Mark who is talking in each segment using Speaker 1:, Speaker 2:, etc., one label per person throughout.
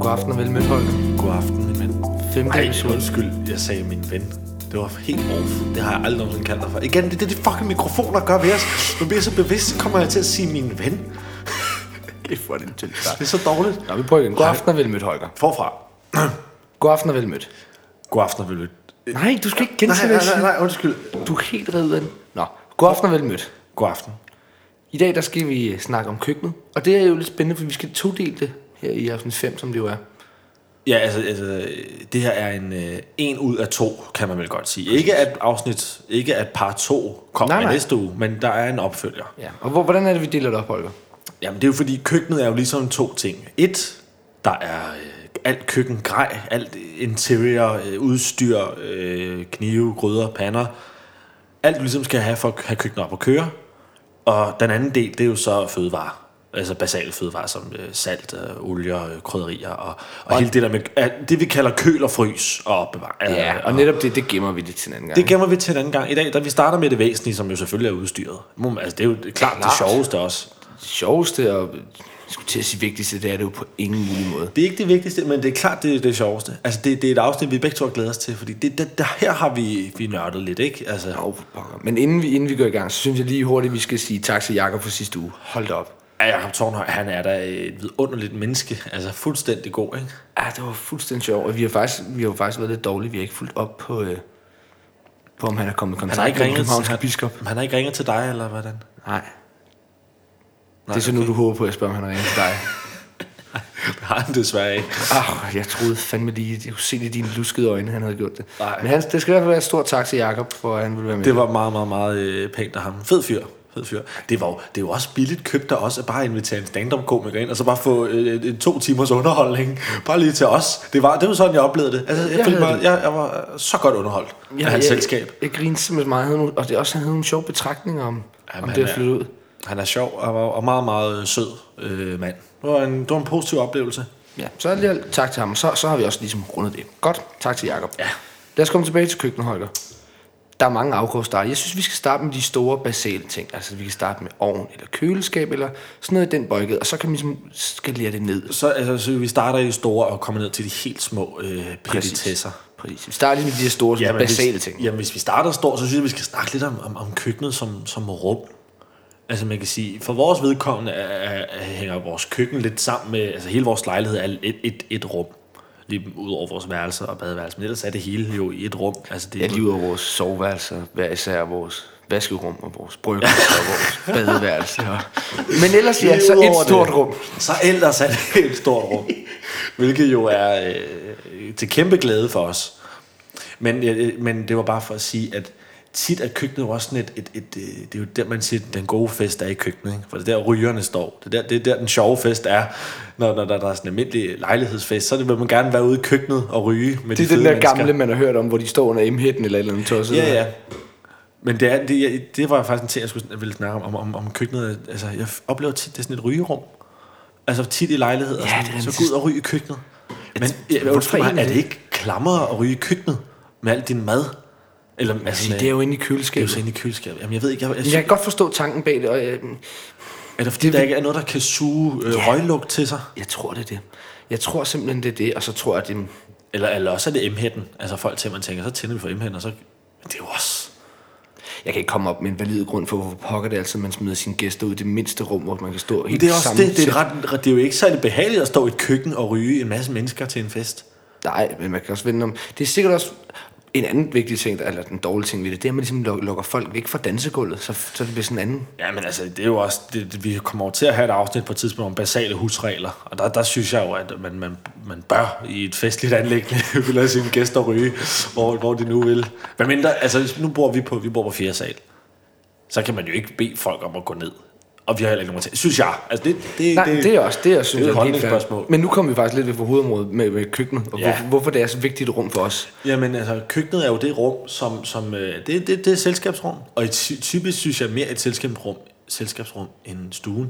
Speaker 1: God aften og vel mødt, Holger.
Speaker 2: God aften, min ven.
Speaker 1: Femte
Speaker 2: Ej,
Speaker 1: episode.
Speaker 2: undskyld, jeg sagde min ven. Det var helt off. Det har jeg aldrig nogensinde kaldt dig for. Igen, det er det, de fucking mikrofoner gør ved os. Nu bliver jeg så bevidst, så kommer jeg til at sige min ven.
Speaker 1: Det får den til.
Speaker 2: Det er så dårligt.
Speaker 1: Nå, vi prøver igen. God aften og vel mødt, Holger.
Speaker 2: Forfra.
Speaker 1: God aften og vel mødt.
Speaker 2: God aften, vil du?
Speaker 1: Øh, Nej, du skal ikke
Speaker 2: Nej,
Speaker 1: gentage
Speaker 2: nej,
Speaker 1: det.
Speaker 2: nej, nej, undskyld.
Speaker 1: Du er helt reddet ud af den. Nå, god aften og vel mødt.
Speaker 2: God aften.
Speaker 1: I dag der skal vi øh, snakke om køkkenet. Og det er jo lidt spændende, for vi skal todele det her i aften 5, som det jo er.
Speaker 2: Ja, altså, altså det her er en, øh, en ud af to, kan man vel godt sige. Ikke at afsnit, ikke at par to kommer
Speaker 1: Nej, nej.
Speaker 2: næste uge, men der er en opfølger.
Speaker 1: Ja. Og hvor, hvordan er det, vi deler det op, Holger?
Speaker 2: Jamen, det er jo fordi, køkkenet er jo ligesom to ting. Et, der er øh, alt køkkengrej, alt interior, øh, udstyr, øh, knive, gryder, pander. Alt du ligesom skal have for at have køkkenet op at køre. Og den anden del, det er jo så fødevarer. Altså basale fødevarer som øh, salt, øh, olier, øh, krydderier og, og, og hele det der med, alt det vi kalder køl og frys og opbevaring.
Speaker 1: Ja, og netop Øh, det, det gemmer vi lidt til en anden gang.
Speaker 2: Det gemmer vi til en anden gang. I dag, da vi starter med det væsentlige, som jo selvfølgelig er udstyret. Må man- Altså, det er jo klart, klart. det
Speaker 1: Klart.
Speaker 2: sjoveste også.
Speaker 1: Det sjoveste og øh, skulle til at sige vigtigste, det er det jo på ingen mulig måde.
Speaker 2: Det er ikke det vigtigste, men det er klart, det er det sjoveste. Altså, det, det er et afsnit, vi begge to har glædet os til, fordi det, det, der, her har vi, vi nørdet lidt, ikke? Altså,
Speaker 1: Åh, for pokker. Men inden vi, inden vi går i gang, så synes jeg lige hurtigt, vi skal sige tak til Jakob for sidste uge. Hold da op.
Speaker 2: ja, Jacob Tornhøj, han er da et vidunderligt menneske. Altså, fuldstændig god, ikke?
Speaker 1: Ja, det var fuldstændig sjovt, og vi har faktisk, vi har jo faktisk været lidt dårlige. Vi har ikke fulgt op på, øh, på om han er kommet i kontakt
Speaker 2: Han har ikke
Speaker 1: med den
Speaker 2: ringet til,
Speaker 1: københavnske
Speaker 2: han,
Speaker 1: biskop.
Speaker 2: han har ikke ringet til dig, eller hvordan?
Speaker 1: Nej. det er så nu, du håber på, at jeg spørger, om han har ringet til dig.
Speaker 2: Det har han desværre ikke.
Speaker 1: Arh, Ah, jeg troede fandme lige, jeg kunne se det i dine luskede øjne, han havde gjort det.
Speaker 2: Nej.
Speaker 1: Men han, det skal i hvert fald være et stort tak til Jakob for at han ville være med.
Speaker 2: Det var meget, meget, meget øh, pænt af ham. Fed fyr. Fed fyr. Det var jo, det var også billigt købt der også at bare invitere en stand-up-komiker ind, og så bare få øh, en to timers underholdning, bare lige til os. Det var, det var sådan, jeg oplevede det. Altså, jeg,
Speaker 1: Jeg
Speaker 2: jeg, følte
Speaker 1: havde
Speaker 2: mig, jeg, jeg var så godt underholdt ja, af hans
Speaker 1: jeg,
Speaker 2: selskab.
Speaker 1: Jeg, jeg grinede simpelthen meget, Han havde nogle- og det er også, han havde nogle sjove betragtninger om,
Speaker 2: Jamen,
Speaker 1: om
Speaker 2: han
Speaker 1: det at
Speaker 2: er-
Speaker 1: flytte ud.
Speaker 2: Han er sjov og, var- og meget, meget sød øh, mand. Det var, en, det var en positiv oplevelse.
Speaker 1: Ja, så er det lige tak til ham, og så, så har vi også ligesom rundet det. Godt, tak til Jakob. Ja. Lad os komme tilbage til køkkenet, Holger. Der er mange afkogstarter. Jeg synes, vi skal starte med de store, basale ting. Altså, vi kan starte med ovn eller køleskab eller sådan noget i den boldgade, og så kan vi ligesom skalere det ned.
Speaker 2: Så, altså, så vi starter i det store og kommer ned til de helt små øh, petitesser.
Speaker 1: Præcis. Vi starter lige med de her store, sådan basale
Speaker 2: hvis,
Speaker 1: ting.
Speaker 2: Jamen, hvis vi starter stort, så synes jeg, vi skal snakke lidt om, om, om køkkenet som, som rum. Altså man kan sige, for vores vedkommende er, er, er- hænger vores køkken lidt sammen med, altså hele vores lejlighed er et, et, et rum. Lige ud over vores værelser og badeværelse, men ellers er det hele jo i et rum. Altså det,
Speaker 1: Ja, lige ud af vores soveværelser, hver især vores vaskerum og vores brygger og vores badeværelse. Og... Men ellers ja, så
Speaker 2: Udover
Speaker 1: et stort
Speaker 2: det,
Speaker 1: rum.
Speaker 2: Så ellers er det et stort rum. hvilket jo er øh, til kæmpe glæde for os. Men, øh, men det var bare for at sige, at tit er køkkenet jo også sådan et, et, et, øh, det er jo der, man siger, at den gode fest er i køkkenet. Ikke? For det er der, rygerne står. Det er der, det er der den sjove fest er. Når, når der, der er sådan en almindelig lejlighedsfest, så vil man gerne være ude i køkkenet og ryge med
Speaker 1: Det er
Speaker 2: de
Speaker 1: den
Speaker 2: fede
Speaker 1: der
Speaker 2: mennesker.
Speaker 1: gamle, man har hørt om, hvor de står under M-hætten eller et eller andet tosset.
Speaker 2: Ja, ja. Men det, er, det, jeg- det var faktisk en ting, jeg skulle jeg ville snakke om, om, om, om køkkenet. Altså, jeg oplever tit, det er sådan et rygerum. Altså tit i lejligheder,
Speaker 1: Ja,
Speaker 2: ja,
Speaker 1: det
Speaker 2: sådan,
Speaker 1: er
Speaker 2: så
Speaker 1: rigtigt.
Speaker 2: gå ud og ryge i køkkenet. Men jeg,
Speaker 1: hvorfor
Speaker 2: undskyld mig,
Speaker 1: egentlig
Speaker 2: er det
Speaker 1: det?
Speaker 2: ikke klammere at ryge i køkøkkenet med al din mad? Eller, altså,
Speaker 1: Det er jo inde i
Speaker 2: det er jo
Speaker 1: køleskabet.
Speaker 2: så inde i køleskabet. Jamen, jeg ved ikke, jeg, jeg,
Speaker 1: Jeg
Speaker 2: jeg,
Speaker 1: kan godt forstå tanken bag det, og øh, jeg,
Speaker 2: er det fordi,
Speaker 1: det-
Speaker 2: der ikke er noget, der kan suge øh, røglugt til sig?
Speaker 1: jeg tror, det er det. Jeg tror simpelthen, det er det, og så tror jeg, det er-
Speaker 2: Eller, eller også er det M-hætten. Altså folk til, man tænker, så tænder vi for M-hætten, og så... Men det er jo også...
Speaker 1: Jeg kan ikke komme op med en valid grund for, hvorfor pokker det er altid, man smider sine gæster ud i det mindste rum, hvor man kan stå helt
Speaker 2: Det er, også
Speaker 1: sammen.
Speaker 2: det, det, er ret, det er jo ikke særlig behageligt at stå i et køkken og ryge en masse mennesker til en fest.
Speaker 1: Nej, men man kan også vende om. Det er sikkert også en anden vigtig ting, der- eller den dårlige ting ved det, det er, at man ligesom luk- lukker folk væk fra dansegulvet, så, så det bliver sådan en anden.
Speaker 2: Ja, men altså, det er jo også, det, det- vi kommer over til at have et afsnit på et tidspunkt om basale husregler, og der, der synes jeg jo, at man, man, man bør i et festligt anlæggende lade sine gæster ryge, hvor, hvor de nu vil. Hvad mindre, altså hvis- nu bor vi på, vi bor på fjerde sal, så kan man jo ikke bede folk om at gå ned. Og vi har heller ikke nogen til, synes jeg. Altså det, det,
Speaker 1: Nej, det, det er også, det er,
Speaker 2: det
Speaker 1: synes det
Speaker 2: er et
Speaker 1: er jeg, helt fair.
Speaker 2: holdningsspørgsmål.
Speaker 1: Men nu kommer vi faktisk lidt ved for hovedområdet med, med køkkenet, og
Speaker 2: Ja.
Speaker 1: hvorfor, hvorfor det er så vigtigt et rum for os.
Speaker 2: Jamen altså, køkkenet er jo det rum, som, som øh, det, det, det er et selskabsrum. Og et, sy- typisk synes jeg mere et selskabsrum, selskabsrum end stuen.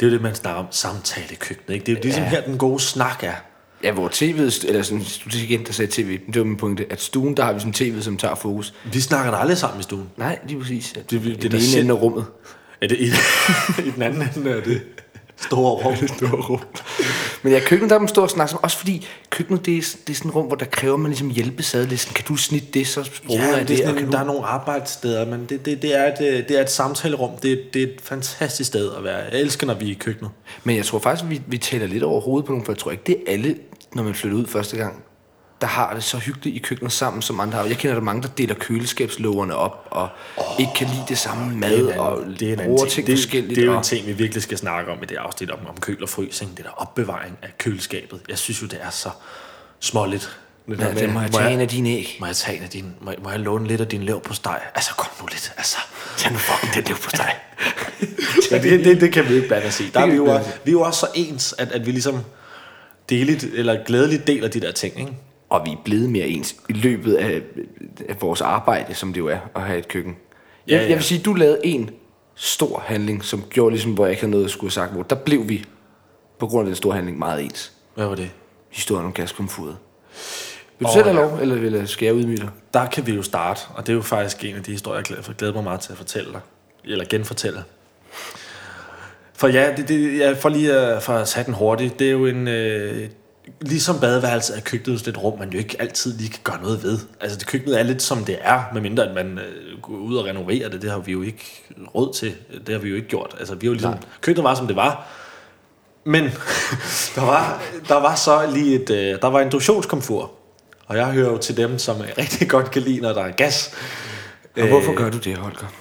Speaker 2: Det er jo det, man snakker om, samtale i køkkenet. Ikke? Det er jo ligesom her, den gode snak er.
Speaker 1: Ja, hvor tv'et, eller sådan, du siger igen, der sagde tv, men det var min pointe, at stuen, der har vi sådan tv'et, som tager fokus.
Speaker 2: Vi snakker da aldrig sammen i stuen.
Speaker 1: Nej, lige præcis. Det,
Speaker 2: det er
Speaker 1: det, det,
Speaker 2: da
Speaker 1: det ene
Speaker 2: sind-
Speaker 1: ende af rummet.
Speaker 2: Er det i, i den anden ende af det store rum? Det store rum.
Speaker 1: Men ja, køkkenet, der er man stor snak som, også fordi køkkenet, det er, det er sådan et rum, hvor der kræver man ligesom hjælpesadelisten. Kan du snitte det, så sproget
Speaker 2: Ja,
Speaker 1: ja,
Speaker 2: men det er
Speaker 1: det, og
Speaker 2: sådan,
Speaker 1: kan
Speaker 2: en-
Speaker 1: du...
Speaker 2: der er nogle arbejdssteder, men det, det, det, er, et, øh, det er et samtalerum. Det, det er et fantastisk sted at være. Jeg elsker, når vi er i køkkenet.
Speaker 1: Men jeg tror faktisk, at vi, vi taler lidt over hovedet på nogen, for jeg tror ikke, det er alle, når man flytter ud første gang, der har det så hyggeligt i køkkenet sammen, som andre har. Jeg kender der mange, der deler køleskabslågerne op, og oh, ikke kan lide det samme mad, det og
Speaker 2: det er en anden
Speaker 1: bruger
Speaker 2: ting.
Speaker 1: ting
Speaker 2: det,
Speaker 1: forskelligt.
Speaker 2: det er jo
Speaker 1: og-
Speaker 2: en ting, vi virkelig skal snakke om i det afsnit om, om køl og frysning. Det der opbevaring af køleskabet. Jeg synes jo, det er så småligt. Det der
Speaker 1: Ja, det må jeg tage en af dine æg.
Speaker 2: Må jeg tage en af din, må, jeg- må jeg låne lidt af din lev på steg? Altså, kom nu lidt, altså.
Speaker 1: Tag nu fucking den lev på dig.
Speaker 2: Ja, det, det, det, kan vi ikke blande os i. Der er
Speaker 1: kan
Speaker 2: vi,
Speaker 1: vi
Speaker 2: jo,
Speaker 1: ikke
Speaker 2: også- vi er jo også så ens, at, at vi ligesom deligt, eller glædeligt deler de der ting, ikke?
Speaker 1: Og vi er blevet mere ens i løbet af, af vores arbejde, som det jo er at have et køkken. Jeg,
Speaker 2: Ja,
Speaker 1: ja,
Speaker 2: ja.
Speaker 1: ja. jeg vil sige, du lavede en stor handling, som gjorde ligesom, hvor jeg ikke havde noget at skulle have sagt, hvor der blev vi, på grund af den store handling, meget ens.
Speaker 2: Hvad var det?
Speaker 1: Historien om gaskomfuret. Vil du
Speaker 2: Åh,
Speaker 1: oh, selv have
Speaker 2: ja.
Speaker 1: lov, eller vil jeg- skal jeg udmyde dig?
Speaker 2: Der kan vi jo starte, og det er jo faktisk en af de historier, jeg glæder, for glæder mig meget til at fortælle dig. Eller genfortælle. For ja, det, det, ja for lige at, for at sætte den hurtigt, det er jo en... Øh, ligesom badeværelse er køkkenet sådan et rum, man jo ikke altid lige kan gøre noget ved. Altså det køkkenet er lidt som det er, medmindre at man øh, går ud og renoverer det. Det har vi jo ikke råd til. Det har vi jo ikke gjort. Altså vi har jo ligesom... Køkkenet var, som det var. Men der var, der var så lige et, øh, der var induktionskomfur. Og jeg hører jo til dem, som øh, rigtig godt kan lide, når der er gas. Øh,
Speaker 1: Og hvorfor gør du det, Holger?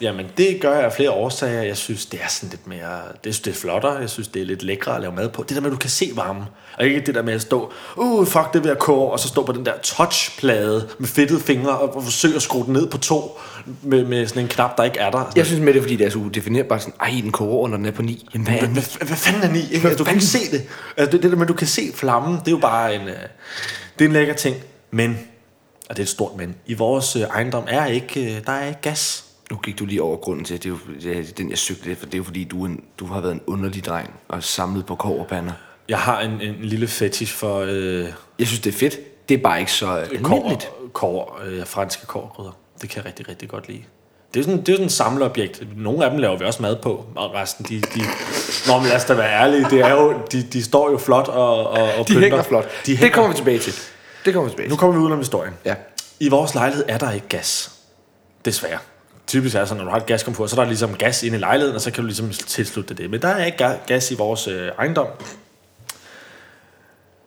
Speaker 2: Jamen, det gør jeg af flere årsager. Jeg synes, det er sådan lidt mere... Det, synes, det er flottere. Jeg synes, det er lidt lækre at lave mad på. Det der med, at du kan se varmen. Og ikke det der med at stå... Uh, fuck, det er ved at koge. over," Og så stå på den der touchplade med fedtede fingre og, og forsøge at skrue den ned på to med, med sådan en knap, der ikke er der. Altså,
Speaker 1: Jeg synes med det, er, fordi det er så udefinerbart sådan, ej, den koger over, når den er på 9. Jamen, hvad er den?
Speaker 2: Hvad, hvad, hvad fanden er ni? Ikke? Altså, du kan ikke se det. Altså, det, det der med, at du kan se flammen, det er jo bare en, øh, det er en lækker ting. Men, og det er et stort men, i vores øh, ejendom er ikke, øh, der er ikke gas.
Speaker 1: Nu gik du lige over grunden til, at det er jo det er den, jeg søgte lidt, for det er jo fordi, du, er en, du har været en underlig dreng og samlet på koverpander.
Speaker 2: Jeg har en, en lille fetish for øh,
Speaker 1: Jeg synes, det er fedt. Det er bare ikke så øh,
Speaker 2: kår,
Speaker 1: almindeligt.
Speaker 2: kår, øh, franske kårgrøder. Det kan jeg rigtig, rigtig godt lide. Det er sådan, det er sådan et samleobjekt. Nogle af dem laver vi også mad på, og resten, de... de Nå, men lad os da være ærlige, det er jo, de, de står jo flot og, og, og
Speaker 1: De
Speaker 2: pynter.
Speaker 1: hænger flot.
Speaker 2: De
Speaker 1: De
Speaker 2: hænger.
Speaker 1: det kommer vi tilbage til. Det kommer vi tilbage
Speaker 2: Nu
Speaker 1: til.
Speaker 2: kommer vi ud om historien.
Speaker 1: Ja.
Speaker 2: I vores lejlighed er der ikke gas. Desværre. Typisk er det sådan, når du har et gaskomfur, så er der ligesom gas inde i lejligheden, og så kan du ligesom tilslutte dig det. Men der er ikke ga- gas i vores øh, ejendom.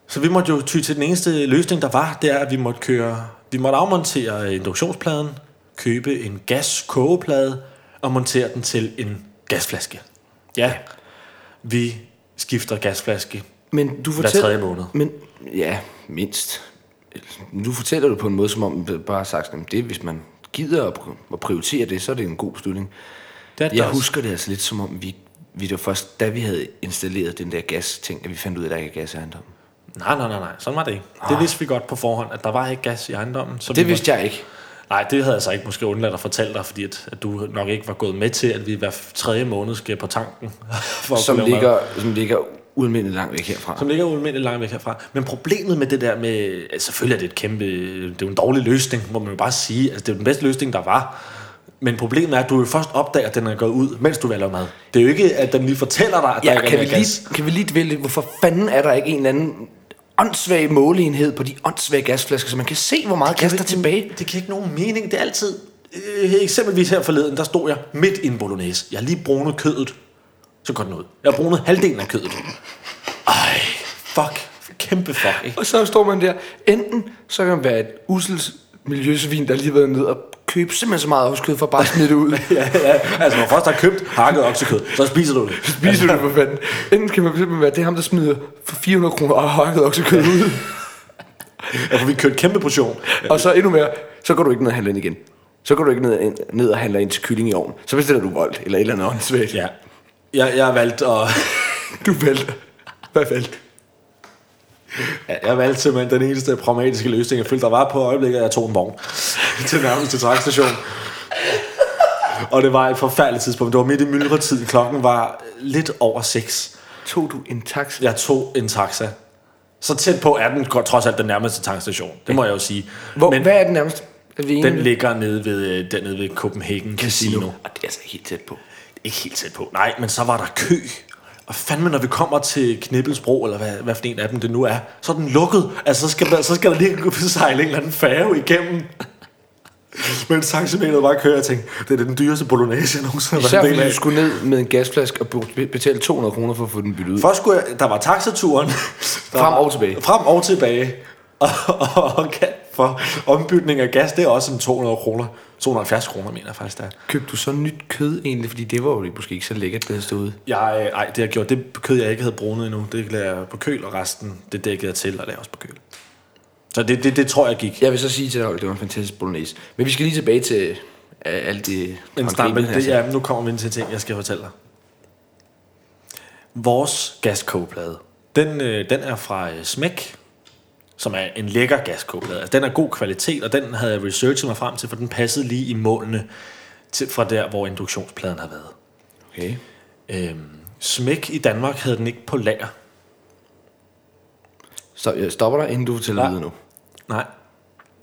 Speaker 2: Så vi måtte jo ty til den eneste løsning, der var, det er, at vi måtte køre, vi måtte afmontere induktionspladen, købe en gaskogeplade og montere den til en gasflaske. Ja, vi skifter gasflaske.
Speaker 1: Men du
Speaker 2: Hver
Speaker 1: fortæller...
Speaker 2: tredje måned.
Speaker 1: Men, ja, mindst. Nu fortæller du på en måde, som om du bare har sagt, at det, hvis man gider at pr- at prioritere det, så er det en god beslutning.
Speaker 2: Det er det
Speaker 1: Jeg
Speaker 2: også.
Speaker 1: husker det altså lidt som om, vi, vi det var først, da vi havde installeret den der gas-ting, at vi fandt ud af, at der ikke er gas i ejendommen.
Speaker 2: Nej, nej, nej, nej. Sådan var det ikke. Det vidste vi godt på forhånd, at der var ikke gas i ejendommen. Så vi
Speaker 1: Det
Speaker 2: måtte-
Speaker 1: vidste jeg ikke.
Speaker 2: Nej, det havde jeg så ikke måske undladt at fortælle dig, fordi at, at du nok ikke var gået med til, at vi hver tredje måned skal på tanken. For at
Speaker 1: Som
Speaker 2: kunne lave mad.
Speaker 1: ligger, som ligger ualmindeligt langt væk herfra.
Speaker 2: Som ligger ualmindeligt langt væk herfra. Men problemet med det der med... Altså, selvfølgelig er det et kæmpe... Det er jo en dårlig løsning, må man jo bare sige. Altså, det er jo den bedste løsning, der var. Men problemet er, at du jo først opdager, at den er gået ud, mens du vælger mad. Det er jo ikke, at den lige fortæller dig, at der
Speaker 1: Ja,
Speaker 2: ikke er
Speaker 1: kan vi,
Speaker 2: mere gas.
Speaker 1: lige, kan vi lige dvæle lidt, hvorfor fanden er der ikke en eller anden åndssvag måleenhed på de åndssvage gasflasker, så man kan se, hvor meget gas der er tilbage?
Speaker 2: Det giver ikke nogen mening. Det er altid... Øh, eksempelvis her forleden, der stod jeg midt i en bolognese. Jeg har lige brunet kødet. Så går den ud. Jeg har brunet halvdelen af kødet. Ej, fuck. Kæmpe fuck, ikke?
Speaker 1: Og så står man der, enten så kan man være et usels miljøsvin, der lige har været ned og købe simpelthen så meget oksekød for bare at smide det ud.
Speaker 2: Ja, ja. Altså, når du først har købt hakket oksekød, så spiser du det.
Speaker 1: Spiser du det for fanden? Enten kan man simpelthen være, det er ham, der smider for 400 kroner og hakket oksekød ud.
Speaker 2: Ja, for vi købte kæmpe portion.
Speaker 1: Og så endnu mere, så går du ikke ned og handler ind igen. Så går du ikke ned, ned og handler ind til kylling i ovnen. Så bestiller du voldt eller et eller andet åndssvagt.
Speaker 2: Ja. Jeg, jeg har valgt at...
Speaker 1: Du valgte. Hvad valgte du?
Speaker 2: Ja, jeg valgte simpelthen den eneste pragmatiske løsning, jeg følte, der var på øjeblikket, at jeg tog en vogn til nærmeste tankstation. Og det var et forfærdeligt tidspunkt. Det var midt i myldretiden. Klokken var lidt over 6.
Speaker 1: Tog du en taxa?
Speaker 2: Jeg tog en taxa. Så tæt på er den godt- trods alt den nærmeste tankstation. Det må jeg jo sige.
Speaker 1: Hvor,
Speaker 2: Men
Speaker 1: Men, hvad er den nærmest? Er vi
Speaker 2: den
Speaker 1: enige?
Speaker 2: ligger nede ved, øh, dernede ved Copenhagen Casino.
Speaker 1: Og det er altså helt tæt på.
Speaker 2: Ikke helt tæt på. Nej, men så var der kø. Og fandme, når vi kommer til Knibbelsbro, eller hvad, hvad for en af dem det nu er, så er den lukket. Altså, så skal der, så skal der lige gå sejle en eller anden færge igennem. Men taximeteret bare kører og tænker, det er den dyreste bolognese, jeg nogensinde har
Speaker 1: Især
Speaker 2: været
Speaker 1: fordi
Speaker 2: en del af.
Speaker 1: du skulle ned med en gasflaske og be- betale 200 kroner for at få den byttet ud.
Speaker 2: Først skulle jeg, der var taxaturen. Der
Speaker 1: Frem
Speaker 2: var-
Speaker 1: og tilbage.
Speaker 2: Frem og tilbage. Og, og, og kan- for ombytning af gas, det er også en 200 kroner. 270 kroner, mener jeg faktisk, der.
Speaker 1: Købte du så nyt kød egentlig? Fordi det var jo måske ikke så lækkert, det havde stået ude.
Speaker 2: Jeg, øh, ej, det har jeg gjort. Det kød, jeg ikke havde brunet endnu, det lagde jeg på køl, og resten, det dækkede jeg til, og lagde også på køl. Så det, det, det tror jeg gik.
Speaker 1: Jeg vil så sige til dig, at det var en fantastisk bolognese. Men vi skal lige tilbage til øh, alt det...
Speaker 2: Men snart, men det, ja, nu kommer vi ind til en ting, jeg skal fortælle dig. Vores gaskogeplade, den, øh, den er fra øh, Smæk, som er en lækker gaskogeplade. Altså, den er god kvalitet, og den havde jeg researchet mig frem til, for den passede lige i målene til, fra der, hvor induktionspladen har været.
Speaker 1: Okay.
Speaker 2: Øhm, Smæk i Danmark havde den ikke på lager.
Speaker 1: Så jeg stopper dig, inden du fortæller
Speaker 2: Nej.
Speaker 1: videre nu.
Speaker 2: Nej,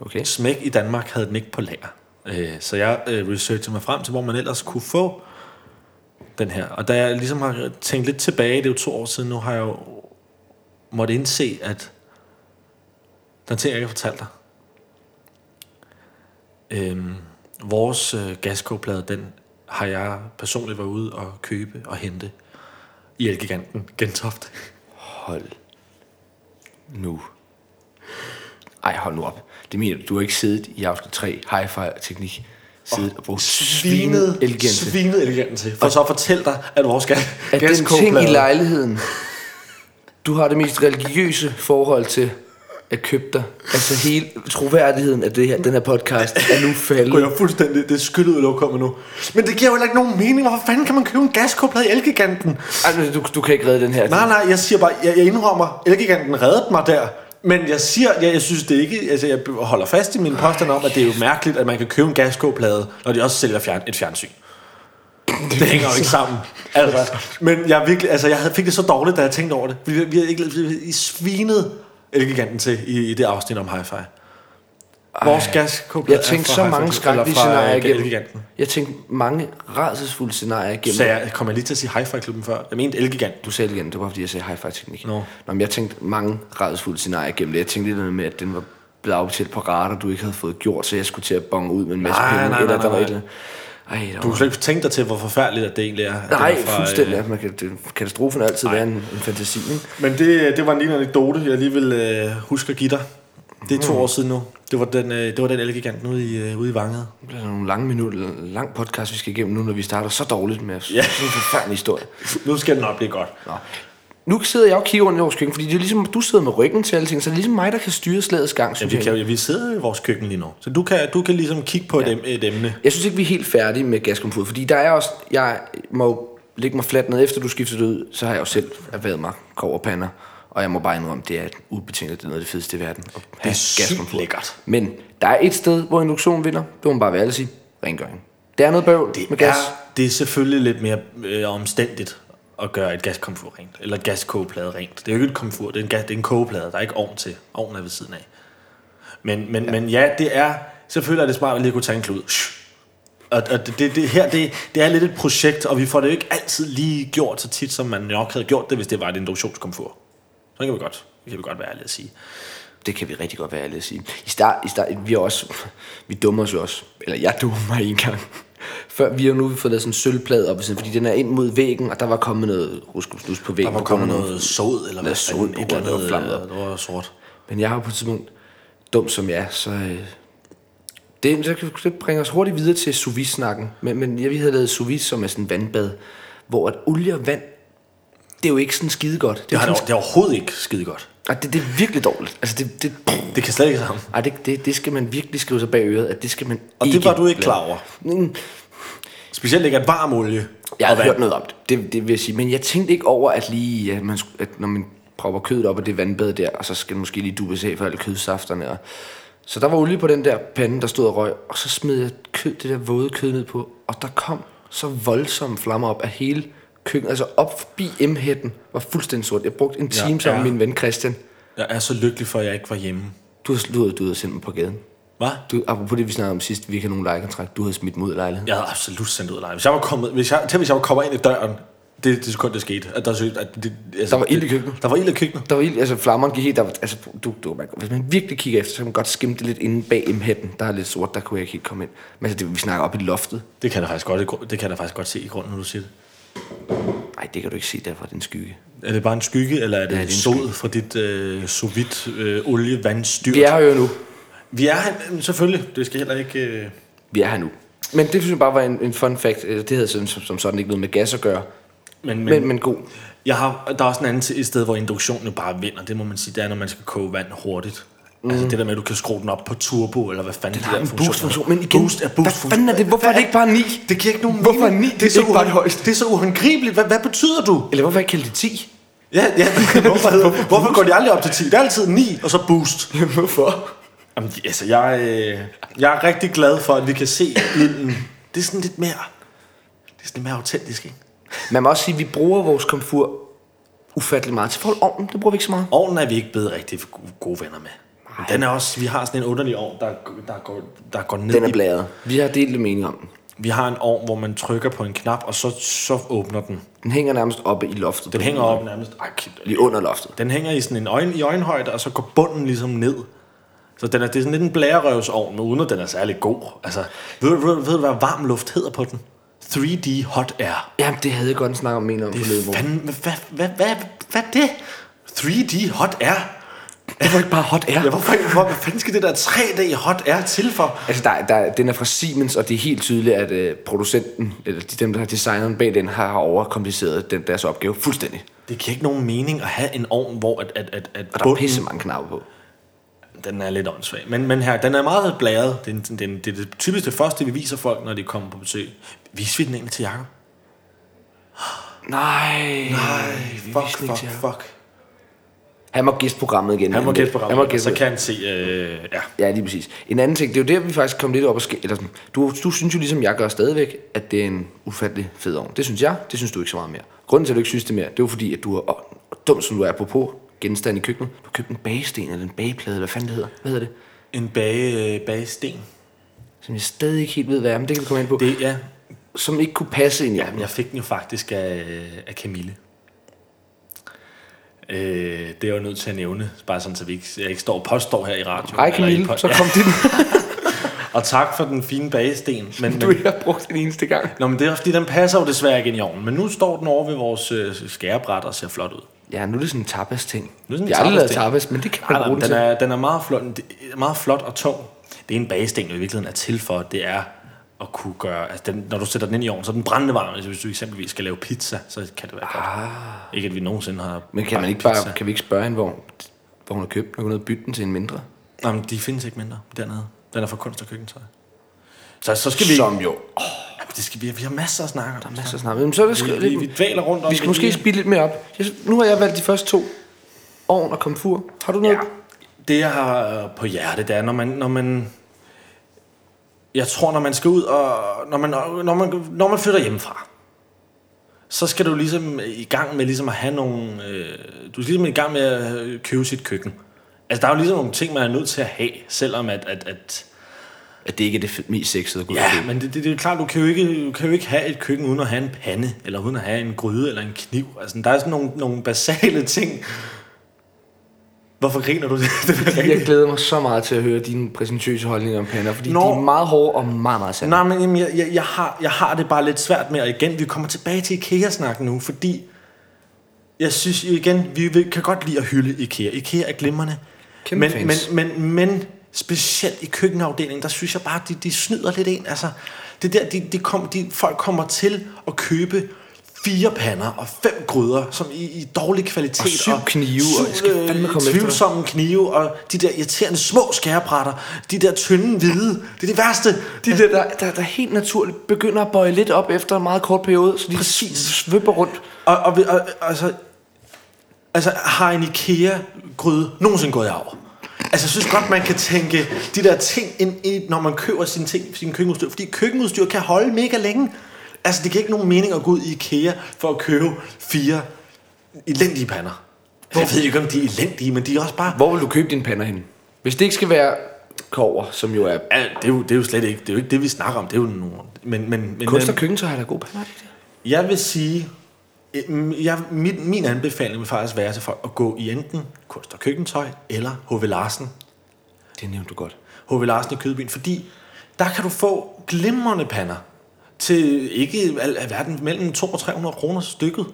Speaker 1: Okay.
Speaker 2: Smæk i Danmark havde den ikke på lager. Øh, så jeg øh, researchede mig frem til, hvor man ellers kunne få den her. Og da jeg ligesom har tænkt lidt tilbage, det er jo to år siden nu, har jeg jo måtte indse, at der er en ting, jeg ikke har fortalt dig. Øhm, vores øh, gaskogeplade, den har jeg personligt været ude og købe og hente i Elgiganten Gentofte.
Speaker 1: Hold nu. Ej, hold nu op. Det mener du, du har ikke siddet i afsnit 3 hi-fi-teknik, siddet og brugt svinet elegante.
Speaker 2: Svinet elegant til. For så at fortælle dig, at vores gas,
Speaker 1: at den ting
Speaker 2: gaskogeplade-
Speaker 1: i lejligheden, du har det mest religiøse forhold til at købe dig. Altså hele troværdigheden af det her, den her podcast er nu
Speaker 2: Går
Speaker 1: faldet.
Speaker 2: jeg fuldstændig, det er skyldet ud lokummet nu. Men det giver jo heller ikke nogen mening. Hvorfor fanden kan man købe en gaskoplade i Elgiganten?
Speaker 1: Ej, men du, du kan ikke redde den her.
Speaker 2: Nej, nej, jeg siger bare, jeg, jeg indrømmer, Elgiganten reddede mig der. Men jeg siger, jeg, jeg synes det ikke, altså jeg holder fast i min påstand om, at det er jo mærkeligt, at man kan købe en gaskoplade, når de også sælger fjern, et fjernsyn. Det hænger jo ikke sammen. Altså, men jeg, virkelig, altså, jeg havde- fik det så dårligt, da jeg tænkte over det. Vi, vi, havde ikke, vi, vi svinede Elgiganten til i, i det afsnit om hi-fi. Vores gaskoplade
Speaker 1: Jeg tænkte
Speaker 2: er fra
Speaker 1: så
Speaker 2: Hi-Fi
Speaker 1: mange
Speaker 2: Club, eller
Speaker 1: skrækkelige
Speaker 2: fra, øh,
Speaker 1: scenarier igennem.
Speaker 2: Elgiganten.
Speaker 1: Jeg tænkte mange rædselsfulde scenarier igennem.
Speaker 2: Sagde jeg, kom jeg lige til at sige hi-fi klubben før? Jeg mente Elgigant.
Speaker 1: Du sagde det igen, det var fordi jeg sagde hi-fi teknik.
Speaker 2: Nå.
Speaker 1: Nå, men jeg tænkte mange rædselsfulde scenarier igennem det. Jeg tænkte lidt noget med, at den var blevet aftalt på rater, du ikke havde fået gjort, så jeg skulle til at bonge ud med en masse
Speaker 2: Nej,
Speaker 1: penge,
Speaker 2: nej,
Speaker 1: eller
Speaker 2: nej,
Speaker 1: der var
Speaker 2: nej.
Speaker 1: et eller andet. Ej, der
Speaker 2: Du
Speaker 1: var...
Speaker 2: har slet ikke tænkt dig til, hvor forfærdeligt at det egentlig er. at
Speaker 1: Nej,
Speaker 2: det er fra,
Speaker 1: fuldstændig. Øh... Man kan, det, katastrofen har altid været en, en fantasi, ikke?
Speaker 2: Øh, men det, det var en lille anekdote, jeg lige vil øh, huske at give dig. Det er to år siden nu. Det var den, øh, det var den Elgiganten ude i, øh, ude i Vanget.
Speaker 1: Det bliver nogle lange minutter, lang podcast, vi skal igennem nu, når vi starter så dårligt med
Speaker 2: Ja.
Speaker 1: ja. sådan en forfærdelig historie.
Speaker 2: Nu skal den nok blive godt.
Speaker 1: Nå. Nu sidder jeg og kigger rundt i vores køkken, fordi det er ligesom, du sidder med ryggen til alting, så det er ligesom mig, der kan styre slagets gang,
Speaker 2: Ja,
Speaker 1: synes
Speaker 2: vi,
Speaker 1: jeg.
Speaker 2: kan, jo- vi sidder jo i vores køkken lige nu. Så du kan, du kan ligesom kigge på ja. et, em- et emne.
Speaker 1: Jeg synes ikke, vi er helt færdige med gaskomfod, fordi der er også, jeg må jo lægge mig fladt ned, efter du skiftede det ud, så har jeg jo selv erhvervet mig koverpander, og jeg må bare indrømme, det er ubetinget det er noget af det fedeste i verden. At have
Speaker 2: sygt
Speaker 1: gaskomfur.
Speaker 2: lækkert.
Speaker 1: Men der er et sted, hvor induktion vinder, det må man bare være ærlig at sige, rengøring. Det er noget bøvl det med
Speaker 2: Ja,
Speaker 1: gas.
Speaker 2: det er selvfølgelig lidt mere øh, omstændigt at gøre et gaskomfur rent. Eller et gaskogeplade rent. Det er jo ikke et komfur, det er en, gas, det er en kogeplade. Der er ikke ovn til. Ovnen er ved siden af. Men, men, ja. men ja, det er... Selvfølgelig er det smart at lige kunne tage en klud. Shh. Og, og det, det, det her, det, det er lidt et projekt, og vi får det jo ikke altid lige gjort så tit, som man nok havde gjort det, hvis det var et induktionskomfur. Så kan vi godt, det kan vi godt være ærlige at sige.
Speaker 1: Det kan vi rigtig godt være ærlige at sige. I start, i start, vi, er også, vi dummer os jo også. Eller jeg dummer mig en gang. Før, vi har nu fået lavet sådan en sølvplade op, i siden, fordi den er ind mod væggen, og der var kommet noget ruskusnus på væggen.
Speaker 2: Der var
Speaker 1: på grund af
Speaker 2: kommet noget sod, eller hvad?
Speaker 1: noget sod
Speaker 2: fanden,
Speaker 1: på
Speaker 2: et
Speaker 1: grund af noget
Speaker 2: eller
Speaker 1: flammet
Speaker 2: andet,
Speaker 1: op.
Speaker 2: øh, det var sort.
Speaker 1: Men jeg har jo på et tidspunkt, dum som jeg er, så... Øh, det, så kan- det bringer os hurtigt videre til sous vide-snakken. Men, men jeg, vi havde lavet sous vide, som er sådan en vandbad, hvor at olie og vand, det er jo ikke sådan skide godt. Det,
Speaker 2: Det,
Speaker 1: er
Speaker 2: har,
Speaker 1: sådan,
Speaker 2: det er overhovedet ikke skide godt.
Speaker 1: ej, det, det er virkelig dårligt. Altså, det, det,
Speaker 2: Det kan slet ikke sammen.
Speaker 1: ej, det, det, det skal man virkelig skrive sig bag øret, at det skal man
Speaker 2: Og
Speaker 1: ikke
Speaker 2: det var du ikke
Speaker 1: lave.
Speaker 2: klar over.
Speaker 1: Mm,
Speaker 2: Specielt ikke at varm olie.
Speaker 1: Jeg
Speaker 2: og
Speaker 1: har
Speaker 2: vand.
Speaker 1: hørt noget om det. det, det vil jeg sige. Men jeg tænkte ikke over, at, lige, at, man, skulle- at når man propper kødet op af det vandbad der, og så skal den måske lige dubes af for alle kødsafterne. Og... Så der var olie på den der pande, der stod og røg, og så smed jeg kød, det der våde kød ned på, og der kom så voldsomme flammer op af hele køkkenet, altså op forbi M-hætten, var fuldstændig sort. Jeg brugte en time ja, sammen
Speaker 2: ja.
Speaker 1: med min ven Christian.
Speaker 2: Jeg er så lykkelig for, at jeg ikke var hjemme.
Speaker 1: Du havde, du havde, du havde sendt mig på gaden.
Speaker 2: Hvad?
Speaker 1: Du, apropos det, vi snakkede om sidst, vi ikke havde nogen lejekontrakt. Du havde smidt mig ud af lejligheden.
Speaker 2: Jeg havde absolut sendt ud af lejligheden. Hvis jeg var kommet, hvis jeg, tænk, hvis jeg var kommet ind i døren, det, det sekund, det skete. At der, søgte- at det, altså,
Speaker 1: Der var ild i
Speaker 2: det-
Speaker 1: køkkenet.
Speaker 2: Der var ild i køkkenet.
Speaker 1: Der var ild, altså flammerne gik helt, der, var- altså, du, du, man, hvis man virkelig kigger efter, så kan man godt skimte lidt inde bag emhætten. Der er lidt sort, der kunne jeg ikke helt komme ind. Men altså, det, vi snakker op i loftet.
Speaker 2: Det kan jeg faktisk godt, i gru- det kan jeg faktisk godt se i grunden, når du siger det.
Speaker 1: Nej, det kan du ikke se derfra, den skygge.
Speaker 2: Er det bare en skygge, eller er det,
Speaker 1: Ja,
Speaker 2: ja,
Speaker 1: det er en
Speaker 2: sod fra dit øh, sovit øh, olievandstyr?
Speaker 1: Vi er her jo nu.
Speaker 2: Vi er her, selvfølgelig. Det skal heller ikke... Øh...
Speaker 1: Vi er her nu. Men det synes jeg bare var en, en fun fact. Altså, Det havde sådan, som, som sådan ikke noget med gas at gøre.
Speaker 2: Men, men,
Speaker 1: Men,
Speaker 2: men,
Speaker 1: men god.
Speaker 2: jeg har, der er også en anden til- et sted, hvor induktionen jo bare vinder. Det må man sige, det er, når man skal koge vand hurtigt. Mm. Altså det der med, at du kan skrue den op på turbo, eller hvad fanden det,
Speaker 1: Der er
Speaker 2: der
Speaker 1: en
Speaker 2: funktion
Speaker 1: boost-funktion, men igen,
Speaker 2: boost er
Speaker 1: hvad
Speaker 2: boost
Speaker 1: fanden er det? Hvorfor er det ikke bare 9?
Speaker 2: Det giver ikke nogen
Speaker 1: Hvorfor er
Speaker 2: mening.
Speaker 1: ni?
Speaker 2: Det er så,
Speaker 1: Ikke bare det
Speaker 2: uhånd... det er så uhåndgribeligt. Hvad, hvad betyder du?
Speaker 1: Eller hvorfor ikke kalde det 10?
Speaker 2: Ja, ja. hvorfor, hedder, hvorfor går de aldrig op til 10? Det er altid 9, og så boost.
Speaker 1: hvorfor?
Speaker 2: Jamen, altså, jeg, øh, jeg er rigtig glad for, at vi kan se ilden. Det er sådan lidt mere, det er sådan lidt mere autentisk, ikke?
Speaker 1: Man må også sige, at vi bruger vores komfur ufattelig meget. Til forhold ovnen, det bruger vi ikke så meget.
Speaker 2: Ovnen er vi ikke blevet rigtig gode venner med. Men Den er også, vi har sådan en underlig ovn, der, der, går, der går ned.
Speaker 1: Den er
Speaker 2: i-
Speaker 1: blæret. Vi har delt mening om den.
Speaker 2: vi har en ovn, hvor man trykker på en knap, og så, så åbner den.
Speaker 1: Den hænger nærmest oppe i loftet.
Speaker 2: Den hænger op nærmest. Ej, kæft.
Speaker 1: Lige under loftet.
Speaker 2: den hænger i sådan en øjen, i øjenhøjde, og så går bunden ligesom ned. Så den er, det er sådan lidt en blærerøvsovn, men uden at den er særlig god. Altså, ved, du- ved, du- ved du, hvad varm luft hedder på den? 3D Hot Air.
Speaker 1: Jamen, det havde jeg godt snakket om en om forleden. hvor-
Speaker 2: Fanden, hvad, hvad, hvad, hvad, hvad er det? 3D Hot Air?
Speaker 1: Hvorfor ikke bare hot air?
Speaker 2: Ja, hvorfor, hvor, hvad fanden skal det der 3D Hot Air til for?
Speaker 1: Altså, der, der, den er fra Siemens, og det er helt tydeligt, at øh, producenten, eller de, dem, der har designet bag den, har overkompliceret den, deres opgave fuldstændig.
Speaker 2: Det giver ikke nogen mening at have en ovn, hvor at, at, at, at
Speaker 1: Og der er pisse mange knapper på.
Speaker 2: den er lidt åndssvag. Men, men her, den er meget blæret. Det er, den, den, det er det typisk det første, vi viser folk, når de kommer på besøg. Viser vi den egentlig til Jacob?
Speaker 1: Nej.
Speaker 2: Nej, fuck,
Speaker 1: vidste ikke,
Speaker 2: fuck,
Speaker 1: det her.
Speaker 2: fuck.
Speaker 1: Han må gæste programmet igen.
Speaker 2: Han må gætte på
Speaker 1: Han må
Speaker 2: rammen, og
Speaker 1: gætte
Speaker 2: så altså, kan han se... Øh, ja.
Speaker 1: Ja, lige præcis. En anden ting, det er jo der, vi faktisk kom lidt op og skæ... Eller sådan, du, du synes jo ligesom jeg gør stadigvæk, at det er en ufattelig fed ovn. Det synes jeg, det synes du ikke så meget mere. Grunden til, at du ikke synes det mere, det er jo fordi, at du er åh, dum, som du er, apropos genstand i køkkenet. Du købte en bagesten eller en bageplade, eller hvad fanden det hedder. Hvad hedder det?
Speaker 2: En bage, øh, bagesten.
Speaker 1: Som jeg stadig ikke helt ved, hvad er, men det kan vi komme ind på. Det...
Speaker 2: Det, ja.
Speaker 1: Som ikke kunne passe ind i ovnen.
Speaker 2: Jamen, jeg fik den jo faktisk af, øh, af Camille. Øh, det er jeg jo nødt til at nævne, bare sådan, så vi ikke, jeg ikke står og påstår her i radioen.
Speaker 1: Hej
Speaker 2: eller i
Speaker 1: Camille,
Speaker 2: pod-
Speaker 1: så
Speaker 2: ja.
Speaker 1: kom din,
Speaker 2: Og tak for den fine bagesten. Men,
Speaker 1: du
Speaker 2: men,
Speaker 1: ikke har brugt den eneste gang.
Speaker 2: nå, men det er også fordi, den passer jo desværre ikke ind i ovnen. Men nu står den over ved vores øh, skærebræt og ser flot ud.
Speaker 1: Ja, nu er det sådan en tapas-ting.
Speaker 2: Nu er det sådan en
Speaker 1: jeg har aldrig lavet
Speaker 2: tapas-ting.
Speaker 1: tapas, men det kan man
Speaker 2: Nej,
Speaker 1: bruge
Speaker 2: nej,
Speaker 1: den
Speaker 2: Ah, den,
Speaker 1: til.
Speaker 2: er, den er meget flot, det er meget flot og tung. Det er en bagesten, der i virkeligheden er til for, det er at kunne gøre... Altså den, når du sætter den ind i ovnen, så er den brændende varm. Altså, hvis du eksempelvis skal lave pizza, så kan det være ah. godt. Ikke at vi nogensinde har...
Speaker 1: Men kan,
Speaker 2: bagt
Speaker 1: man ikke
Speaker 2: pizza.
Speaker 1: bare, kan vi ikke spørge hende, hvor, hvor hun har købt? den, og gå ned og bytte den til en mindre.
Speaker 2: Nej, men de findes ikke mindre dernede. Den er fra kunst og køkkentøj. Så, så skal vi...
Speaker 1: Som jo.
Speaker 2: Jamen, det skal vi, vi har masser at snakke om. Der er
Speaker 1: Så snart. Jamen, så er det skal,
Speaker 2: Vi, vi, vi dvæler rundt om
Speaker 1: vi skal
Speaker 2: det
Speaker 1: måske
Speaker 2: lige.
Speaker 1: spille lidt mere op. Jeg, nu har jeg valgt de første to. Ovn og komfur. Har du noget?
Speaker 2: Ja. Det, jeg har øh, på hjerte, det er, når man, når man... Jeg tror, når man skal ud og... Når man, øh, når man, når man flytter hjemmefra, så skal du ligesom i gang med ligesom at have nogle... Øh, du skal ligesom i gang med at øh, købe sit køkken. Altså, der er jo ligesom nogle ting, man er nødt til at have, selvom at... at, at
Speaker 1: At det ikke er det f- mest sexede at gå
Speaker 2: ja, men det, det, det, er klart, du kan, jo ikke, du kan jo ikke have et køkken uden at have en pande, eller uden at have en gryde eller en kniv. Altså, der er sådan nogle, nogle basale ting. Hvorfor griner du? det? er rigtigt.
Speaker 1: Jeg glæder mig så meget til at høre dine præsentøse holdninger om pander, fordi
Speaker 2: Nå.
Speaker 1: de er meget hårde og meget, meget sande.
Speaker 2: Nej, men jamen, jeg, jeg, jeg, har, jeg har det bare lidt svært med, og igen, vi kommer tilbage til IKEA-snakken nu, fordi jeg synes igen, vi vil, kan godt lide at hylde IKEA. IKEA er glimrende.
Speaker 1: Kæmpe
Speaker 2: men, men,
Speaker 1: fans.
Speaker 2: men, men specielt i køkkenafdelingen, der synes jeg bare, de, de snyder lidt ind. Altså, det der, de, de kom, de, folk kommer til at købe fire pander og fem gryder, som i, i dårlig kvalitet.
Speaker 1: Og syv knive, og jeg skal
Speaker 2: øh,
Speaker 1: fandme komme efter dig.
Speaker 2: tvivlsomme knive, og de der irriterende små skærebrætter, de der tynde hvide, det er det værste.
Speaker 1: De der, Altså, der, der, der helt naturligt begynder at bøje lidt op efter en meget kort periode, så de Præcis. svøpper rundt.
Speaker 2: Og, og, og, og altså, altså, har en IKEA-gryde nogensinde gået af? Altså, jeg synes godt, man kan tænke de der ting ind i, når man køber sine ting, sin køkkenudstyr. Fordi køkkenudstyr kan holde mega længe. Altså, det giver ikke nogen mening at gå ud i IKEA for at købe fire elendige pander. Jeg ved ikke, om de er elendige, men de er også bare...
Speaker 1: Hvor vil du købe dine pander henne? Hvis det ikke skal være kover, som jo er...
Speaker 2: Ja, det, er jo, det er jo slet ikke det, er jo ikke det vi snakker om. Det er jo nogle... Men, men, men,
Speaker 1: Kunst og køkken, så har jeg da god pander.
Speaker 2: Jeg vil sige, Øhm, Jeg, min, min anbefaling vil faktisk være til folk at gå i enten kunst- og køkkentøj eller H.V. Larsen.
Speaker 1: Det nævnte du godt.
Speaker 2: H.V. Larsen i Kødbyen, fordi der kan du få glimrende pander til ikke al, verden mellem 200 og 300 kroner stykket.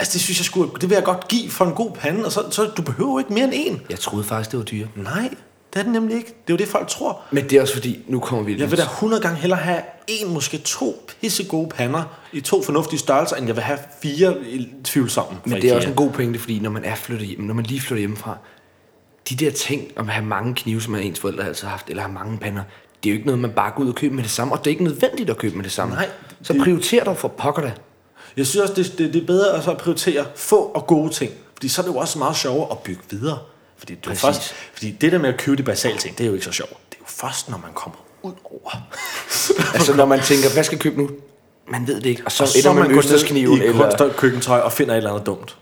Speaker 2: Altså det synes jeg skulle, det vil jeg godt give for en god pande, og så, så du behøver ikke mere end en.
Speaker 1: Jeg troede faktisk, det var dyre.
Speaker 2: Nej, det er det nemlig ikke. Det er jo det, folk tror.
Speaker 1: Men det er også fordi, nu kommer vi
Speaker 2: Jeg vil da 100 gange hellere have en, måske to pissegode pander i to fornuftige størrelser, end jeg vil have fire i- tvivlsomme. fra
Speaker 1: Men det er
Speaker 2: IKEA.
Speaker 1: også en god pointe, fordi når man er flyttet hjem, når man lige flytter hjemmefra, de der ting om at have mange knive, som ens forældre altid har haft, eller have mange pander, det er jo ikke noget, man bare går ud og køber med det samme, og det er ikke nødvendigt at købe med det samme.
Speaker 2: Nej,
Speaker 1: så
Speaker 2: det-
Speaker 1: prioriter dig for pokker da.
Speaker 2: Jeg synes også, det, det, det er bedre at så prioritere få og gode ting. Fordi så er det jo også meget sjovere at bygge videre. Fordi det, er jo
Speaker 1: Præcis.
Speaker 2: først, fordi det der med at købe de basale ting, det er jo ikke så sjovt. Det er jo først, når man kommer ud over.
Speaker 1: Altså når man tænker, hvad skal jeg købe nu? Man ved det ikke, og så, og
Speaker 2: så
Speaker 1: ender man med
Speaker 2: går ned
Speaker 1: østerskniven,
Speaker 2: i kunst-
Speaker 1: eller...
Speaker 2: og køkkentøj og finder et eller andet dumt.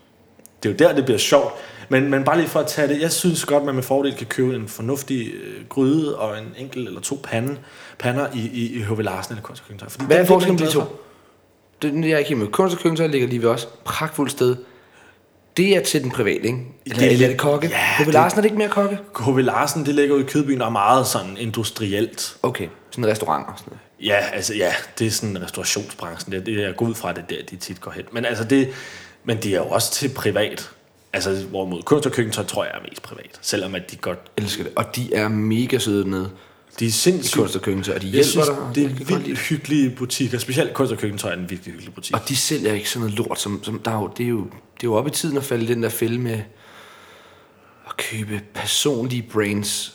Speaker 2: Det er jo der, det bliver sjovt. Men, men bare lige for at tage det, jeg synes godt, man med fordel kan købe en fornuftig øh, gryde og en enkelt eller to pande, pander i, i, i H.V. Larsen eller kunst- og køkkentøj. Fordi
Speaker 1: Hvad
Speaker 2: det
Speaker 1: er forskellen på
Speaker 2: man
Speaker 1: de
Speaker 2: glad
Speaker 1: to? Det er jeg er ikke helt med. Kunst og køkkentøj ligger lige ved os. Pragtfuldt sted. Det er til den private, ikke? Eller,
Speaker 2: er
Speaker 1: det, eller er
Speaker 2: lidt-
Speaker 1: det kokke?
Speaker 2: Ja,
Speaker 1: Ja, det...
Speaker 2: det-
Speaker 1: Larsen er det ikke mere kokke?
Speaker 2: for. H.V. Larsen, det ligger jo i Kødbyen og er meget sådan industrielt.
Speaker 1: Okay, sådan en restaurant og sådan noget.
Speaker 2: Ja, altså ja, det er sådan restaurationsbranchen. Det, det er jeg går ud fra, at det er der, de tit går hen. Men altså det, men det er jo også til privat. Altså hvorimod kunst og køkkentøj tror jeg er mest privat. Selvom at de godt,
Speaker 1: elsker det. Og de er mega søde nede
Speaker 2: de er
Speaker 1: i
Speaker 2: sindssygt.
Speaker 1: kunst og køkken, og de
Speaker 2: Jeg
Speaker 1: hjælper
Speaker 2: synes,
Speaker 1: dig. og
Speaker 2: det er
Speaker 1: jeg kan godt lide
Speaker 2: vildt hyggelige butikker. Specielt kunst og køkkentøj er en virkelig hyggelig butik.
Speaker 1: Og de sælger ikke sådan noget lort, som, som der er jo, det, er jo, det er jo op i tiden at falde i den der fælde med at købe personlige brands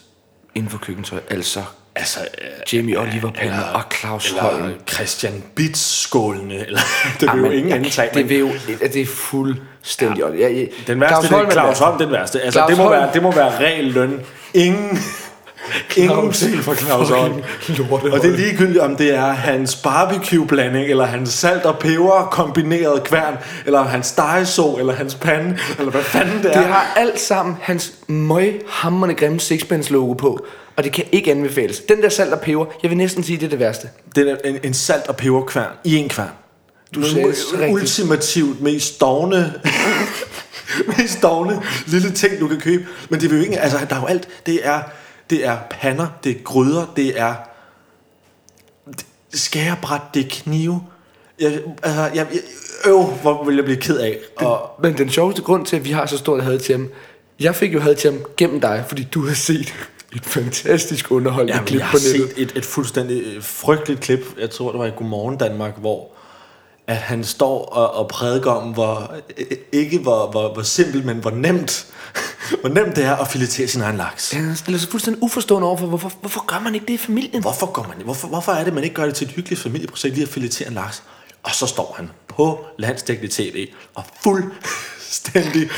Speaker 1: inden for køkkentøj. Altså
Speaker 2: Altså, øh,
Speaker 1: Jamie Oliver Pander og Claus Holm.
Speaker 2: eller Christian Bitz skålene. Eller, det er
Speaker 1: Jamen,
Speaker 2: jo ingen
Speaker 1: jeg
Speaker 2: anden
Speaker 1: kan-
Speaker 2: tag. men-
Speaker 1: Det vil jo, det, det er fuldstændig ja. jeg, jeg,
Speaker 2: Den værste, Claus
Speaker 1: Holm
Speaker 2: det
Speaker 1: er
Speaker 2: er Claus
Speaker 1: værst.
Speaker 2: Holm, den værste. Altså,
Speaker 1: Claus
Speaker 2: det, må
Speaker 1: Holm.
Speaker 2: være, det må være ren løn. Ingen, ingen til for Claus Holm. Og det er ligegyldigt, om det er hans barbecue-blanding, eller hans salt og peber kombineret kværn, eller hans stegeså, eller hans pande, eller hvad fanden det er.
Speaker 1: Det har alt sammen hans møghamrende grimme sixpence logo på, og det kan ikke anbefales. Den der salt og peber, jeg vil næsten sige, det er det værste.
Speaker 2: Det er en, en salt og peberkværn i en kværn. Du
Speaker 1: Du
Speaker 2: er
Speaker 1: sagde så
Speaker 2: ul-
Speaker 1: rigtigt.
Speaker 2: ultimativt mest dogne, mest dogne lille ting, du kan købe. Men det vil jo ikke, altså der er jo alt. Det er, det er pander, det er gryder, det er skærebræt, det er knive. Jeg, altså, jeg, jeg, øv, hvor vil jeg blive ked af. Og,
Speaker 1: Og, men den sjoveste grund til, at vi har så stort had til ham, jeg fik jo had til ham gennem dig, fordi du har set et fantastisk underholdende
Speaker 2: Jamen,
Speaker 1: klip
Speaker 2: jeg
Speaker 1: på
Speaker 2: har
Speaker 1: nettet.
Speaker 2: set et, et fuldstændig øh, frygteligt klip, jeg tror det var i Godmorgen Danmark, hvor at han står og, og prædiker om, hvor, øh, ikke hvor, hvor, hvor simpelt, men hvor nemt, hvor nemt det er at filetere sin egen laks.
Speaker 1: Han stiller sig fuldstændig uforstående overfor, hvorfor, hvorfor gør man ikke det i familien?
Speaker 2: Hvorfor, går man, hvorfor, hvorfor er det, man ikke gør det til et hyggeligt familieprojekt lige at filetere en laks? Og så står han på landsdækkende tv og fuldstændig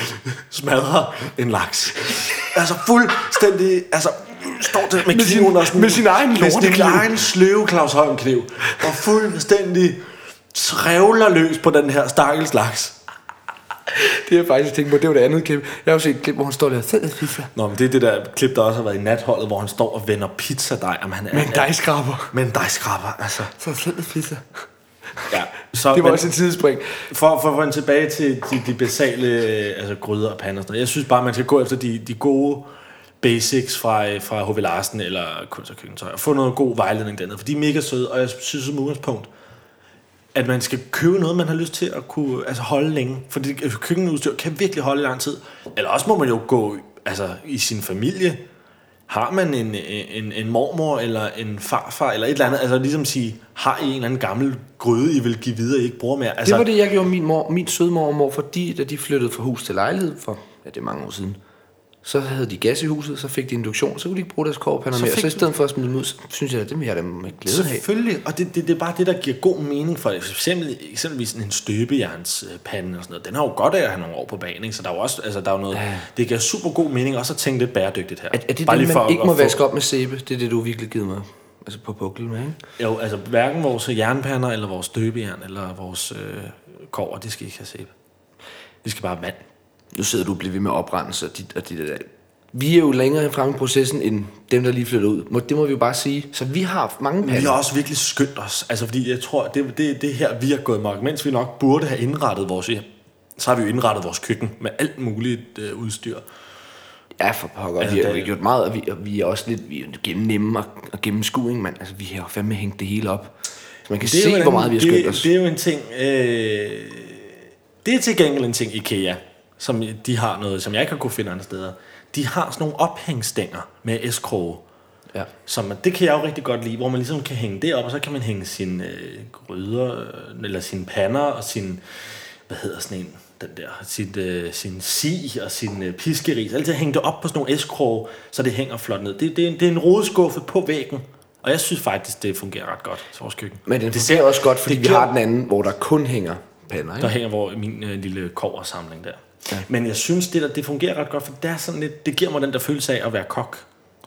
Speaker 2: smadrer en laks. Altså fuldstændig, altså står til med,
Speaker 1: Med sin-
Speaker 2: kniven og sådan,
Speaker 1: med sin egen
Speaker 2: med sin
Speaker 1: lortekniv.
Speaker 2: egen sløve Claus Holm kniv. Og fuldstændig trævler løs på den her stakkels laks.
Speaker 1: Det har jeg faktisk tænkt på, det var det andet klip. Jeg har jo set et klip, hvor han står der og sidder og fifler.
Speaker 2: Nå, men det er det der klip, der også har været i natholdet, hvor han står og vender pizzadej. Jamen, han er,
Speaker 1: Men dig skraber.
Speaker 2: men dig skraber, altså.
Speaker 1: Så sidder og fifler.
Speaker 2: Ja, så,
Speaker 1: Det var
Speaker 2: men-
Speaker 1: også et tidsspring.
Speaker 2: For, for at vende tilbage til de, de basale øh, altså gryder og pander og sådan noget. Jeg synes bare, man skal gå efter de, de gode basics fra, øh, fra H.V. Larsen eller Kunst og Køkkentøj. Og få noget god vejledning dernede, for de er mega søde. Og jeg synes som udgangspunkt, at man skal købe noget, man har lyst til at kunne altså holde længe. For det altså, køkkenudstyr kan virkelig holde i lang tid. Eller også må man jo gå altså, i sin familie. Har man en, en, en mormor eller en farfar eller et eller andet? Altså ligesom sige, har I en eller anden gammel gryde, I vil give videre, I ikke bruger mere? Altså,
Speaker 1: Det var det, jeg gjorde min, mor, min søde mor og mor, fordi da de flyttede fra hus til lejlighed for, ja, det er mange år siden, så havde de gas i huset, så fik de induktion, så kunne de ikke bruge deres kårpander
Speaker 2: Så
Speaker 1: mere.
Speaker 2: fik
Speaker 1: Så i
Speaker 2: du-
Speaker 1: stedet for at smide dem ud, så synes jeg, at dem vil jeg da med glæde have.
Speaker 2: Selvfølgelig, og det, det, det er bare det, der giver god mening for eksempel, eksempelvis en støbejernspande og sådan noget. Den har jo godt af at have nogle år på banen, ikke? så der er jo også altså, der er jo noget, ja. det giver super god mening også at tænke lidt bæredygtigt her.
Speaker 1: Er, er det
Speaker 2: Bare
Speaker 1: det,
Speaker 2: lige
Speaker 1: man
Speaker 2: for at-
Speaker 1: ikke
Speaker 2: at
Speaker 1: må
Speaker 2: få-
Speaker 1: vaske op med sæbe? Det er det, du virkelig givet mig altså på puklen med, ikke?
Speaker 2: Jo, altså hverken vores jernpander, eller vores støbejern, eller vores øh, kover, de skal ikke have sæbe. De skal bare have vand.
Speaker 1: Nu sidder du og bliver ved med oprendelse og dit, og dit der vi er jo længere fremme i processen end dem, der lige flytter ud. Må- Det må vi jo bare sige. Så vi har haft mange
Speaker 2: Vi
Speaker 1: pander.
Speaker 2: har også virkelig skyndt os, altså fordi jeg tror, det, det, det er her, vi har gået mark. Mens vi nok burde have indrettet vores hjem, så har vi jo indrettet vores køkken med alt muligt øh, udstyr.
Speaker 1: Ja, for pokker.
Speaker 2: Altså,
Speaker 1: vi har
Speaker 2: det-
Speaker 1: jo gjort meget, og vi, og vi er også lidt vi er jo gennem nemme og, og gennemskue, ikke, mand? Altså, vi har jo fandme hængt det hele op. Så man kan
Speaker 2: er
Speaker 1: se,
Speaker 2: jo en
Speaker 1: hvor meget vi har
Speaker 2: anden-
Speaker 1: skyndt
Speaker 2: det,
Speaker 1: os.
Speaker 2: Det er jo en ting... Øh, det er til gengæld en ting IKEA, som de har noget, som jeg ikke har kunne finde andre steder. De har sådan nogle ophængsstænger med S-kroge.
Speaker 1: Ja.
Speaker 2: Som, det kan jeg jo rigtig godt lide, hvor man ligesom kan hænge det op, og så kan man hænge sine øh, gryder, øh, eller sine pander, og sin, hvad hedder sådan en, den der, sin, øh, sin si og sin øh, piskeris. Altid hænge det op på sådan nogle S-kroge, så det hænger flot ned. Det, det, er en, det er en rodeskuffe på væggen, og jeg synes faktisk, det fungerer ret godt til vores køkken.
Speaker 1: Men den det
Speaker 2: det
Speaker 1: fungerer også godt, fordi
Speaker 2: det
Speaker 1: vi
Speaker 2: giver-
Speaker 1: har den anden, hvor der kun hænger pander,
Speaker 2: der
Speaker 1: ikke?
Speaker 2: hænger hvor min øh, lille koversamling der. Ja. Men jeg synes, det, der, det fungerer ret godt, for det, er sådan lidt, det giver mig den der følelse af at være kok,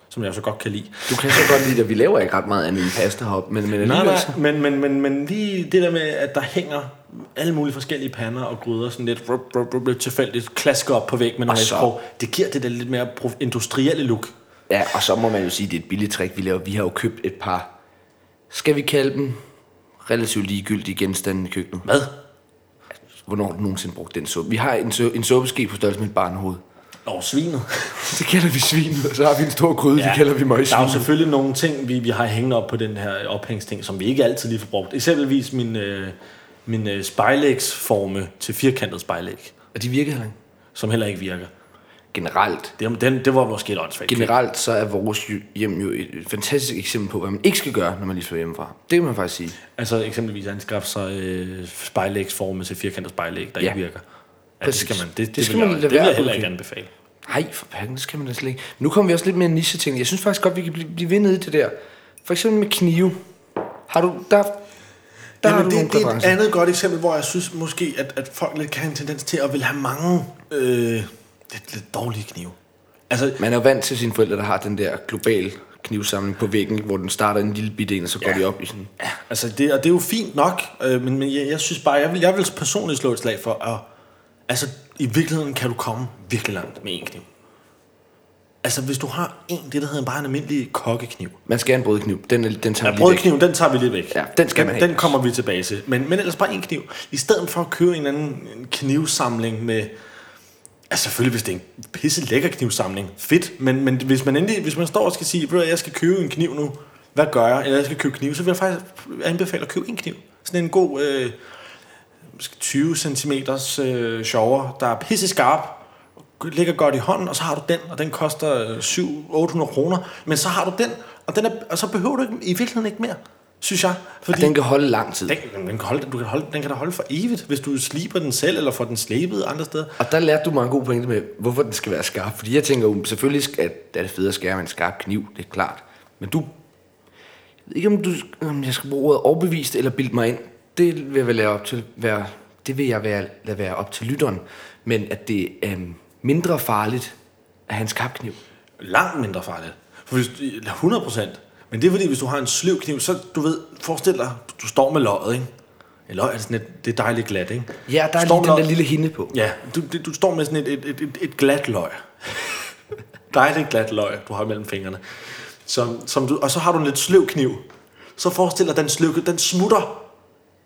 Speaker 2: som jeg jo så godt kan lide.
Speaker 1: Du kan så godt lide det. Vi laver ikke ret meget andet end pasta hop, men, men
Speaker 2: Nej,
Speaker 1: alligevel...
Speaker 2: nej,
Speaker 1: så-
Speaker 2: men, men, men, men lige det der med, at der hænger alle mulige forskellige pander og gryder, sådan lidt rup, rup, rup, lidt tilfældigt klasker op på væg med nogle
Speaker 1: så-
Speaker 2: skrog. Det giver det der lidt mere prof- industrielle look.
Speaker 1: Ja, og så må man jo sige, at det er et billigt trick, vi laver. Vi har jo købt et par, skal vi kalde dem, relativt ligegyldige genstande i køkkenet.
Speaker 2: Hvad?
Speaker 1: Hvornår har du nogensinde brugt den suppe? Vi har en, sø- en suppeske på størrelse med et barnehoved.
Speaker 2: Nå, svinet.
Speaker 1: Så kalder vi svin, og så har vi en stor gryde, ja. vi kalder vi
Speaker 2: Der er jo
Speaker 1: møgsvin.
Speaker 2: selvfølgelig nogle ting, vi, vi har hængende op på den her ophængsting, som vi ikke altid lige får brugt. Eksempelvis min, øh, min øh, spejlægsforme til firkantet spejlæg,
Speaker 1: Og de virker heller ikke.
Speaker 2: som heller ikke virker.
Speaker 1: Generelt.
Speaker 2: Det, den, det var måske et åndssvagt.
Speaker 1: Generelt så er vores jo- hjem jo et et fantastisk eksempel på, hvad man ikke skal gøre, når man lige flytter hjemmefra. Det kan man faktisk sige.
Speaker 2: Altså eksempelvis anskaffe sig øh, spejlægsforme til firkantet spejlæg, der ja.
Speaker 1: Ja.
Speaker 2: ikke virker. Ja, det
Speaker 1: Præcis.
Speaker 2: skal man, det, det,
Speaker 1: Det skal
Speaker 2: vil
Speaker 1: man lade
Speaker 2: jeg, det vil
Speaker 1: være
Speaker 2: jeg
Speaker 1: at
Speaker 2: heller
Speaker 1: bruge.
Speaker 2: ikke anbefale.
Speaker 1: Nej, for panden, det skal man da slet ikke. Nu kommer vi også lidt mere niche ting. Jeg synes faktisk godt, vi kan blive, blive ved nede i det der. For eksempel med knive. Har du, der, der har du nogle
Speaker 2: Jamen, det, det er et
Speaker 1: præferencer.
Speaker 2: andet godt eksempel, hvor jeg synes måske, at, at folk lidt kan have en tendens til at vil have mange øh, lidt, lidt dårlige knive. Altså,
Speaker 1: Man er jo vant til sine forældre, der har den der globale knivsamling på væggen, hvor den starter en lille bitte en, og så går
Speaker 2: Ja.
Speaker 1: de op i sådan.
Speaker 2: Ja, altså det, og det er jo fint nok, øh, men, men jeg, jeg synes bare, jeg vil, jeg vil personligt slå et slag for, at altså, i virkeligheden kan du komme virkelig langt med en kniv. Altså hvis du har en, det der hedder bare en almindelig kokkekniv.
Speaker 1: Man skal have en brødkniv. Den, er- den tager
Speaker 2: Ja,
Speaker 1: ja, lige væk.
Speaker 2: brødkniven, den tager vi lidt væk.
Speaker 1: Ja, den skal man
Speaker 2: den,
Speaker 1: have.
Speaker 2: den kommer vi tilbage til. Men, men ellers bare en kniv. I stedet for at købe en anden knivsamling med... Altså selvfølgelig, hvis det er en pisse lækker knivsamling. Fedt. Men, men hvis, man endelig, hvis man står og skal sige, "Ved du hvad, jeg skal købe en kniv nu. Hvad gør jeg? Eller jeg skal købe kniv. Så vil jeg faktisk anbefale at købe en kniv. Sådan en god øh, måske 20 cm øh, sjovere, der er pisse skarp ligger godt i hånden, og så har du den, og den koster øh, 700-800 kroner, men så har du den, og, den er, og så behøver du ikke, i virkeligheden ikke mere, synes jeg. Fordi
Speaker 1: Den kan holde lang tid.
Speaker 2: den, den, kan holde, du kan holde, den kan da holde for evigt, hvis du sliber den selv, eller får den slebet andre steder.
Speaker 1: Og der lærte du mig en god pointe med, hvorfor den skal være skarp. Fordi jeg tænker jo, selvfølgelig skal, at det er det federe at skære med en skarp kniv, det er klart. Men du, jeg ved ikke om, du, om jeg skal bruge ordet overbevist eller bilde mig ind, det vil jeg vel lade op til, være, det vil jeg være, lade være op til lytteren. Men at det er øhm, mindre farligt at have en skarp kniv.
Speaker 2: Langt mindre farligt. For hvis, du- eller 100 procent. Men det er fordi, hvis du har en sløv kniv, så du ved, forestil dig, du står med løget, ikke? Eller er det sådan et, det er dejligt glat, ikke?
Speaker 1: Ja, der er lige
Speaker 2: Står med
Speaker 1: den der
Speaker 2: løget-
Speaker 1: lille hinde på.
Speaker 2: Ja, du, det- du står med sådan et, et, et, et, et glat løg. Dejligt glat løg, du har mellem fingrene. Som, som du, og så har du en lidt sløv kniv. Så forestiller den sløv kniv, den smutter.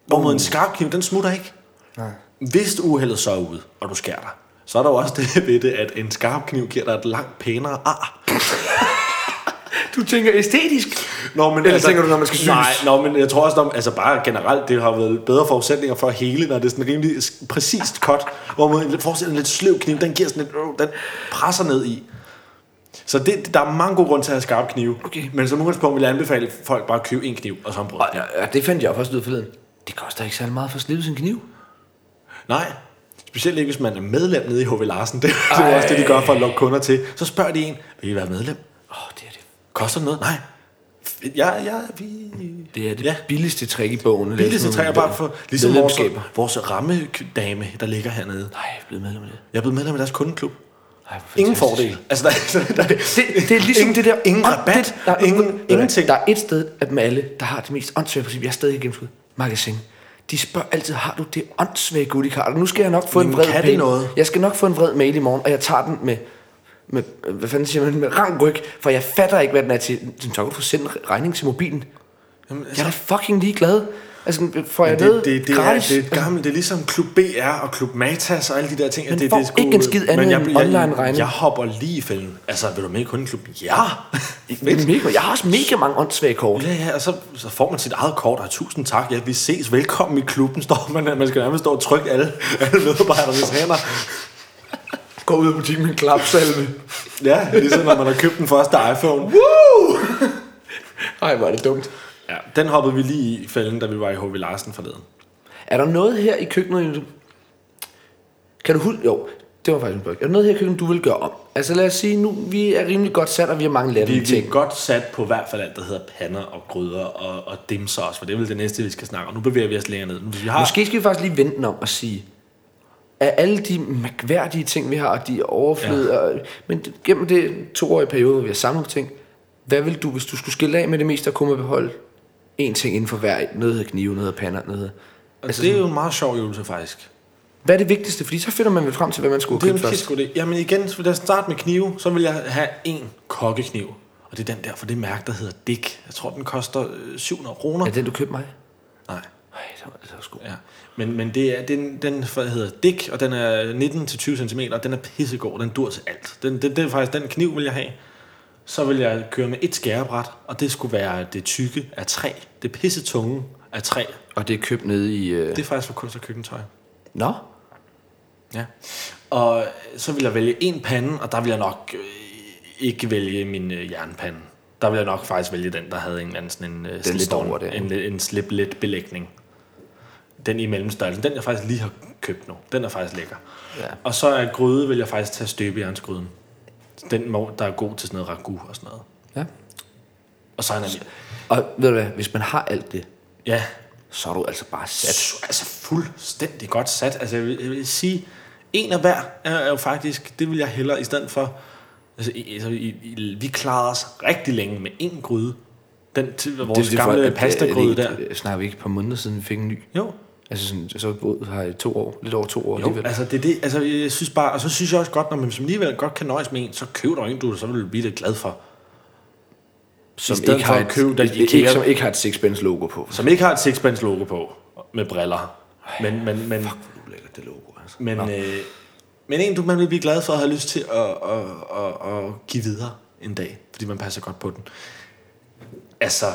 Speaker 2: Hvorimod en skarp kniv, den smutter ikke. Uh. Nej. Hvis uheldet så er ude, og du skærer dig, så er der jo også det ved det, at en skarp kniv giver dig et langt pænere ar.
Speaker 1: Du tænker æstetisk.
Speaker 2: Nå, men altså-
Speaker 1: Eller tænker du, når man skal
Speaker 2: Nej,
Speaker 1: syes?
Speaker 2: nå, men jeg tror også, når, altså bare generelt, det har været bedre forudsætninger for at hele, når det er sådan rimelig s- præcist cut, hvor man forestiller en lidt sløv kniv, den giver sådan lidt, øh, den presser ned i. Så det, der er mange gode grunde til at have skarpe knive.
Speaker 1: Okay.
Speaker 2: Men som udgangspunkt vil jeg anbefale folk bare at købe en kniv og så en brød.
Speaker 1: Og, og, og det fandt jeg først ud af forleden. Det koster ikke særlig meget for at slippe sin kniv.
Speaker 2: Nej. Specielt ikke, hvis man er medlem nede i H.V. Larsen. Det, det er jo også det, de gør for at lokke kunder til. Så spørger de en, vil I være medlem?
Speaker 1: Åh, oh, det er det.
Speaker 2: Koster det noget? Nej. Ja, ja, vi...
Speaker 1: Det er det
Speaker 2: Ja.
Speaker 1: ja. billigste trick i bogen. at lave
Speaker 2: Billigste
Speaker 1: sådan
Speaker 2: træer
Speaker 1: nogle
Speaker 2: bare for ligesom vores,
Speaker 1: medlemskaber.
Speaker 2: vores rammedame, der ligger hernede.
Speaker 1: Nej, jeg er blevet medlem af det.
Speaker 2: Jeg er blevet medlem af deres kundeklub.
Speaker 1: Ej, hvor
Speaker 2: Ingen
Speaker 1: fantastisk.
Speaker 2: fordel. Altså, der, der, der,
Speaker 1: Det, det er ligesom
Speaker 2: ingen,
Speaker 1: det der...
Speaker 2: Ingen
Speaker 1: ånd-
Speaker 2: rabat.
Speaker 1: det- der,
Speaker 2: ingen,
Speaker 1: ingen,
Speaker 2: ingenting.
Speaker 1: Der er et sted af dem alle, der har det mest åndssvage princip. Jeg er stadig ikke gennemskud. Magasin. De spørger altid, har du det åndssvage goodie card? Og nu skal jeg nok få
Speaker 2: Men
Speaker 1: en vred
Speaker 2: kan det
Speaker 1: mail.
Speaker 2: noget?
Speaker 1: Jeg skal nok få en vred mail i morgen, og jeg tager den med med, øh, hvad fanden siger man, med rank ryg, for jeg fatter ikke, hvad den er til. Den tør du få sendt regning til mobilen. Jamen, altså, jeg er da fucking ligeglad. Altså, får jeg
Speaker 2: det,
Speaker 1: noget
Speaker 2: det, det,
Speaker 1: gratis? Altså,
Speaker 2: er, det er et gammelt, det er ligesom Klub BR og Klub Matas og alle de der ting.
Speaker 1: Men
Speaker 2: det,
Speaker 1: får
Speaker 2: det er sgu-
Speaker 1: ikke en skid andet
Speaker 2: Men jeg-
Speaker 1: end
Speaker 2: jeg-
Speaker 1: online-regning.
Speaker 2: Jeg hopper lige i fælden. Altså, vil du med i kundeklub? Ja!
Speaker 1: Det er mega, jeg har også mega mange åndssvage kort.
Speaker 2: Ja, ja, og så, så får man sit eget kort, og tusind tak, ja, vi ses, velkommen i klubben, står man, man skal nærmest stå og trykke alle, alle medarbejdernes hænder.
Speaker 1: Gå ud af butikken med en klapsalve.
Speaker 2: Ja, ligesom når man har købt den første iPhone.
Speaker 1: Ej, hvor er det dumt.
Speaker 2: Ja, den hoppede vi lige i fælden, da vi var i H.V. Larsen forleden.
Speaker 1: Er der noget her i køkkenet, du- kan du huske? Jo, det var faktisk en bøg. Er der noget her i køkkenet, du vil gøre om? Altså lad os sige, nu vi er rimelig godt sat, og vi har mange
Speaker 2: Vi,
Speaker 1: lærte
Speaker 2: vi er
Speaker 1: ting.
Speaker 2: godt sat på i hvert fald alt, der hedder pander og gryder og, og dimser også, for det er vel det næste, vi skal snakke om. Nu bevæger vi os længere ned. Hvis vi har,
Speaker 1: Måske skal vi faktisk lige vente den om og sige, af alle de mærkværdige ting, vi har, og de overflød, ja. og, men det- gennem det toårige periode, hvor vi har samlet på ting, hvad vil du, hvis du skulle skille af med det meste, og kunne beholde en ting inden for hver, noget hedder knive, noget hedder pander, noget hedder... Altså
Speaker 2: og det er jo en meget sjov øvelse faktisk.
Speaker 1: Hvad er det vigtigste? Fordi så finder man vel frem til, hvad man skulle
Speaker 2: Det er
Speaker 1: købe
Speaker 2: en
Speaker 1: først.
Speaker 2: fisk, det. Jamen igen, så vil jeg starte med knive, så vil jeg have en kokkekniv. Og det er den der for det mærke, der hedder Dick. Jeg tror, den koster øh, 700 kroner.
Speaker 1: Er den, du købte mig?
Speaker 2: Nej.
Speaker 1: Nej, det var, det var sgu.
Speaker 2: Ja. Men, men det er, den, den for- hedder Dick, og den er 19-20 cm, og den er pissegod, den dur til alt. Den, den, den, er faktisk den kniv, vil jeg have. Så vil jeg køre med et skærebræt, og det skulle være det tykke af træ. Det pisse tunge af træ.
Speaker 1: Og det er købt nede i... Øh...
Speaker 2: Det er faktisk for kunst og køkkentøj.
Speaker 1: Nå?
Speaker 2: Ja. Og så vil jeg vælge en pande, og der vil jeg nok øh, ikke vælge min øh, jernpande. Der vil jeg nok faktisk vælge den, der havde en eller anden sådan en, øh, slip
Speaker 1: står over der.
Speaker 2: en, en slip let belægning. Den i mellemstørrelsen, den jeg faktisk lige har købt nu. Den er faktisk lækker.
Speaker 1: Ja.
Speaker 2: Og så er gryde, vil jeg faktisk tage støbejernsgryden. Den, må, der er god til sådan noget ragu og sådan noget.
Speaker 1: Ja.
Speaker 2: Og så er den,
Speaker 1: Og ved du hvad, hvis man har alt det,
Speaker 2: ja,
Speaker 1: så er du altså bare sat.
Speaker 2: sat. Altså fuldstændig godt sat. Altså jeg vil, jeg vil sige, en af hver er, er jo faktisk, det vil jeg hellere i stedet for, altså i, altså, i, i, vi klarede os rigtig længe med en gryde. Den til, vores det,
Speaker 1: er
Speaker 2: gamle
Speaker 1: at, øh, det-
Speaker 2: pastagryde der.
Speaker 1: det Snakker vi ikke et par måneder siden, vi fik en ny?
Speaker 2: Jo,
Speaker 1: Altså sådan, så er vi boet her i to år, lidt over to år
Speaker 2: jo
Speaker 1: alligevel.
Speaker 2: altså det er det, altså jeg synes bare, og så synes jeg også godt, når man som alligevel godt kan nøjes med en, så køb dig en, du så vil du blive lidt glad for.
Speaker 1: Som
Speaker 2: stedet for at købe den
Speaker 1: et, ikke,
Speaker 2: IKEA.
Speaker 1: som ikke har et sixpence logo på. Så
Speaker 2: Som ikke har et sixpence logo på, med briller. Men, men, men,
Speaker 1: ulækkert det logo, altså.
Speaker 2: Men, øh, men en, du man vil blive glad for at have lyst til at, at, at, at give videre en dag, fordi man passer godt på den. Altså,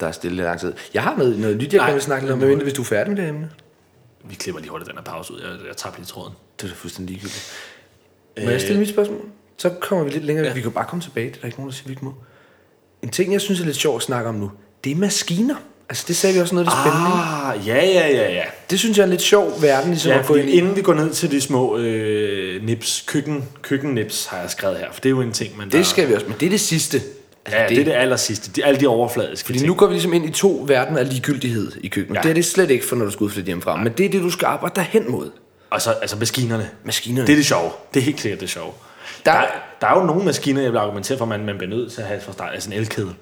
Speaker 1: Der er stille i lang tid. Jeg har noget, noget nyt, jeg
Speaker 2: Nej.
Speaker 1: kan vil snakke lidt om, men hvis du er færdig med det emne.
Speaker 2: vi klipper lige hurtigt den her pause ud. Jeg, jeg tager lige tråden.
Speaker 1: Det er da fuldstændig ligegyldigt. Må jeg stille mit spørgsmål? Så kommer vi lidt længere. Ja. Vi kan bare komme tilbage. Det er der ikke nogen, der siger, vi ikke må. En ting, jeg synes er lidt sjovt at snakke om nu, det er maskiner. Altså, det sagde vi også noget af det spændende. Ah.
Speaker 2: Ah, ja, ja, ja, ja.
Speaker 1: Det synes jeg er en lidt sjov verden, ligesom ja,
Speaker 2: ja
Speaker 1: at gå ind
Speaker 2: fordi,
Speaker 1: i.
Speaker 2: inden vi går ned til de små øh, nips, køkken, køkkennips, har jeg skrevet her, for det er jo en ting, man... der-
Speaker 1: Det skal vi også, men det er det sidste. Altså,
Speaker 2: Ja, det, det er det aller sidste. De, alle de overfladiske
Speaker 1: Fordi
Speaker 2: ting.
Speaker 1: nu går vi ligesom ind i to verdener af ligegyldighed i køkkenet. Ja.
Speaker 2: Ja.
Speaker 1: Det er det slet ikke for, når du skal udflytte hjemmefra. Men det er det, du skal arbejde derhen mod.
Speaker 2: Og så, altså maskinerne.
Speaker 1: Maskinerne.
Speaker 2: Det er det sjove. Det er helt klart det sjove.
Speaker 1: Der-
Speaker 2: Der, der, der er jo nogle maskiner, jeg vil argumentere for, man, man bliver nødt til at have fra start. Altså en elkedel.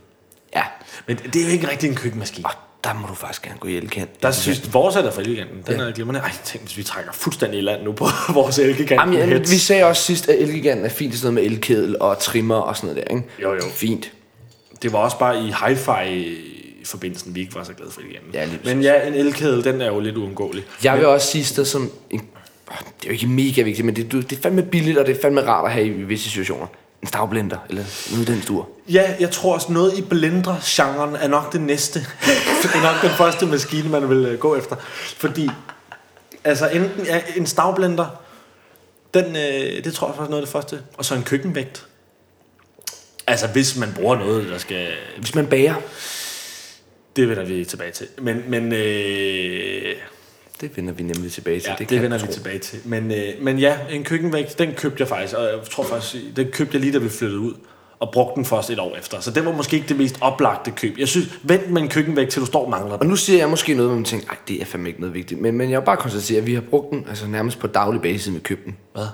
Speaker 1: Ja.
Speaker 2: Men det er jo ikke rigtig en køkkenmaskine.
Speaker 1: Og der må du faktisk gerne gå i elkant.
Speaker 2: Der synes vores er der fra Elgiganten. Den ja. er glimrende. Ej, tænk, hvis vi trækker fuldstændig i land nu på vores Elgiganten
Speaker 1: Jamen, ja,
Speaker 2: heads.
Speaker 1: vi sagde også sidst, at elgiganten er fint til sådan noget med elkedel og trimmer og sådan noget der, ikke?
Speaker 2: Jo, jo.
Speaker 1: Fint.
Speaker 2: Det var også bare i hi-fi forbindelsen, vi ikke var så glade for Elgiganten.
Speaker 1: Ja, lige præcis.
Speaker 2: Men ja, en elkedel, den er jo lidt uundgåelig.
Speaker 1: Jeg vil også sige sådan som... En, åh, det er jo ikke mega vigtigt, men det, du- det er fandme billigt, og det er fandme rart at have i visse situationer. En stavblender, eller en uddannelsesdur.
Speaker 2: Ja, jeg tror også noget i blender-genren er nok det næste. det er nok den første maskine, man vil øh, gå efter. Fordi, altså enten ja, en stavblender, den, øh, det tror jeg faktisk er noget af det første. Og så en køkkenvægt. Altså hvis man bruger noget, der skal
Speaker 1: Hvis man bager,
Speaker 2: Det vender vi tilbage til. Men, men øh, ja,
Speaker 1: det vender vi nemlig tilbage til.
Speaker 2: det,
Speaker 1: kan
Speaker 2: det vender
Speaker 1: du
Speaker 2: vi
Speaker 1: tro.
Speaker 2: tilbage til. Men, øh, men ja, en køkkenvægt, den købte jeg faktisk. Og jeg tror faktisk, den købte jeg lige, da vi flyttede ud. Og brugte den først et år efter. Så det var måske ikke det mest oplagte køb. Jeg synes, vent med en køkkenvægt, til du står og mangler den.
Speaker 1: Og nu siger jeg måske noget, hvor man tænker, Ej, det er fandme ikke noget vigtigt. Men, men jeg vil bare konstatere, at vi har brugt den altså nærmest på daglig basis med købten.
Speaker 2: Hvad?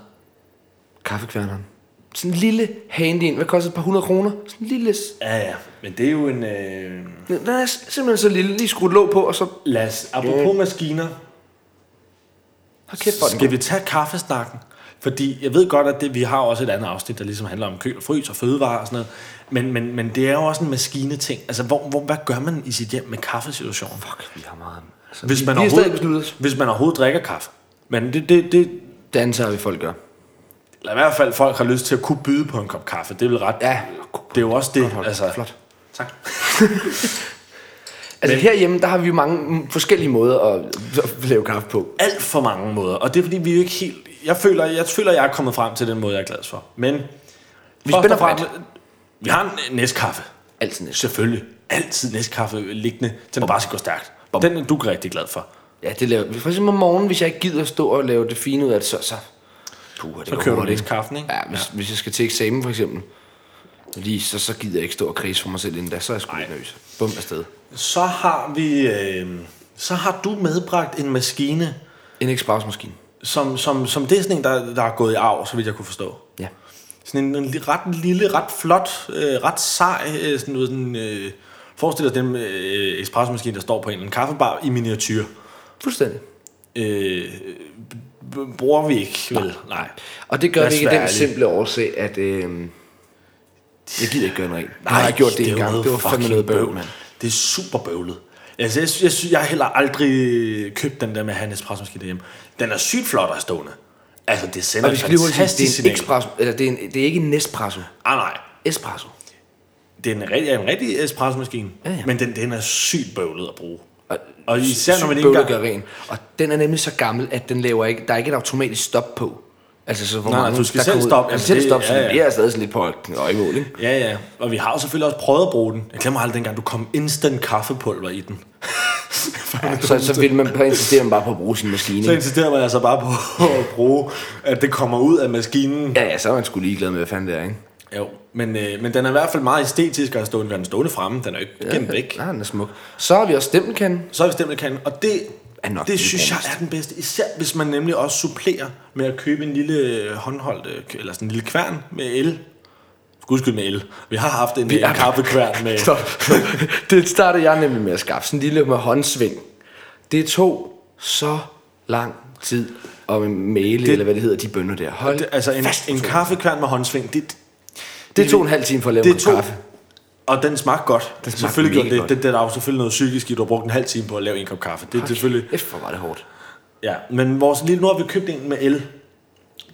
Speaker 1: Kaffekværneren. Sådan en lille handy en. Hvad koster et par hundrede kroner? Sådan en lille... s-
Speaker 2: Ja, ja. Men det er jo en... Øh,
Speaker 1: Den er s- simpelthen så lille. Lige skruet låg på, og så...
Speaker 2: lad os, apropos maskiner.
Speaker 1: Hold kæft, hvor er den
Speaker 2: Skal vi tage kaffesnakken? Fordi jeg ved godt, at det, vi har også et andet afsnit, der ligesom handler om køl og frys og fødevarer og sådan noget. Men, men, men det er jo også en maskineting. Altså, hvor, hvor, hvad gør man i sit hjem med kaffesituationen? Fuck, vi har meget. Hvis
Speaker 1: altså,
Speaker 2: man,
Speaker 1: vi har stadig
Speaker 2: overhovedet,
Speaker 1: besluttet os.
Speaker 2: hvis man overhovedet drikker kaffe. Men det, det, det,
Speaker 1: Det antager vi, folk gør.
Speaker 2: eller i hvert fald folk har lyst til at kunne byde på en kop kaffe. Det er vel ret...
Speaker 1: Ja.
Speaker 2: Det er jo også det.
Speaker 1: Hold, altså,
Speaker 2: altså,
Speaker 1: flot.
Speaker 2: Tak.
Speaker 1: Altså Men, herhjemme, der har vi jo mange mm, forskellige måder at, at lave kaffe på.
Speaker 2: alt for mange måder, og det er fordi, vi er jo ikke helt... Jeg føler, jeg føler, jeg er kommet frem til den måde, jeg er glad for. Men vi
Speaker 1: spænder
Speaker 2: Vi har en næstkaffe,
Speaker 1: Altid næsten.
Speaker 2: selvfølgelig. Altid næstkaffe liggende, til den bare skal gå stærkt. Den er du rigtig glad for.
Speaker 1: Ja, det laver vi. For eksempel om morgenen, hvis jeg ikke gider at stå og lave det fine ud af det, så... så puh, det så
Speaker 2: kører du næstkaffen, ikke?
Speaker 1: Ja, hvis, ja. hvis jeg skal til eksamen, for eksempel. Lige, så, så gider jeg ikke stå og kredse for mig selv inden da, så er jeg sgu lidt nervøs. Bum afsted.
Speaker 2: Så har vi... Øh, så har du medbragt en maskine,
Speaker 1: En ekspressmaskine.
Speaker 2: som, som, som det er sådan en, der, der er gået i arv, så vidt jeg kunne forstå.
Speaker 1: Ja.
Speaker 2: Sådan en, en li- ret lille, ret flot, øh, ret sej, øh, sådan, du ved, sådan, øh, forestil dig den øh, espressomaskine, der står på en, eller anden kaffebar i miniatyr.
Speaker 1: Fuldstændig.
Speaker 2: Øh, b- bruger vi ikke, vel? Nej.
Speaker 1: Og det gør
Speaker 2: Lad
Speaker 1: vi
Speaker 2: os
Speaker 1: ikke af
Speaker 2: være
Speaker 1: den
Speaker 2: ærlige.
Speaker 1: simple årsag, at... Øh, jeg gider ikke gøre en ren. Nej, jeg har gjort det,
Speaker 2: er
Speaker 1: en
Speaker 2: jo
Speaker 1: gang. Det var fandme
Speaker 2: fucking
Speaker 1: noget bøvl, mand.
Speaker 2: Det er super bøvlet. Altså, jeg, sy- jeg, sy- jeg har heller aldrig købt den der med at have en espressomaskine derhjemme. Den er sygt flot og stående. Altså, det sender
Speaker 1: Og
Speaker 2: et
Speaker 1: vi skal lige hurtigt sige,
Speaker 2: fantastisk
Speaker 1: det er en
Speaker 2: signal.
Speaker 1: espresso, eller det er, en, det er ikke en Nespresso.
Speaker 2: Ah, nej.
Speaker 1: Espresso.
Speaker 2: Det er en, rigtig, en rigtig espressomaskine,
Speaker 1: Ja, ja.
Speaker 2: men den, den er sygt bøvlet at bruge.
Speaker 1: Og,
Speaker 2: Og især når man ikke
Speaker 1: bøvlet
Speaker 2: engang...
Speaker 1: gør ren. Og den er nemlig så gammel, at den laver ikke, der er ikke et automatisk stop på. Altså, så hvor
Speaker 2: Nej,
Speaker 1: mange,
Speaker 2: du skal
Speaker 1: der
Speaker 2: selv
Speaker 1: kommer ud-
Speaker 2: stoppe.
Speaker 1: Du
Speaker 2: Jamen,
Speaker 1: skal selv
Speaker 2: det-
Speaker 1: stoppe, så
Speaker 2: ja, ja.
Speaker 1: det er stadig sådan lidt på et øjemål, ikke?
Speaker 2: Ja, ja. Og vi har jo selvfølgelig også prøvet at bruge den. Jeg glemmer aldrig dengang, du kom instant kaffepulver i den.
Speaker 1: Så, så vil man bare insistere bare på at bruge sin maskine.
Speaker 2: Så
Speaker 1: ikke?
Speaker 2: insisterer man altså bare på at bruge, at det kommer ud af maskinen.
Speaker 1: Ja, ja, så er man sgu ligeglad med, hvad fanden det er, ikke?
Speaker 2: Jo, men, øh, men den er i hvert fald meget æstetisk at stå, den er stående fremme. Den er jo ikke ja, gemt væk.
Speaker 1: Nej, den er smuk. Så har vi også stempelkanden.
Speaker 2: Så er vi stempelkanden, og det,
Speaker 1: Er nok den
Speaker 2: det synes jeg
Speaker 1: bedste.
Speaker 2: er den bedste. Især hvis man nemlig også supplerer med at købe en lille øh, håndholdt, øh, k- eller sådan en lille kværn med el. Skudskyld med el. Vi har haft en, en kaffekværn med...
Speaker 1: Stop. det startede jeg nemlig med at skaffe. Sådan en lille med håndsving. Det tog så lang tid at male, det, eller hvad det hedder, de bønder der. Hold
Speaker 2: Det, altså en,
Speaker 1: fast,
Speaker 2: en
Speaker 1: for-
Speaker 2: kaffekværn med håndsving, det,
Speaker 1: Det tog en halv time for at lave
Speaker 2: det
Speaker 1: det
Speaker 2: tog,
Speaker 1: kaffe.
Speaker 2: Og den smagte godt. Den
Speaker 1: smagte
Speaker 2: smagte selvfølgelig gjorde
Speaker 1: mega
Speaker 2: det.
Speaker 1: godt.
Speaker 2: det. det. Der er jo selvfølgelig noget psykisk i, du har brugt en halv time på at lave en kop kaffe. Det er selvfølgelig...
Speaker 1: Kæft, hvor var det hårdt.
Speaker 2: Ja, men vores lille, nu har vi købt en med el.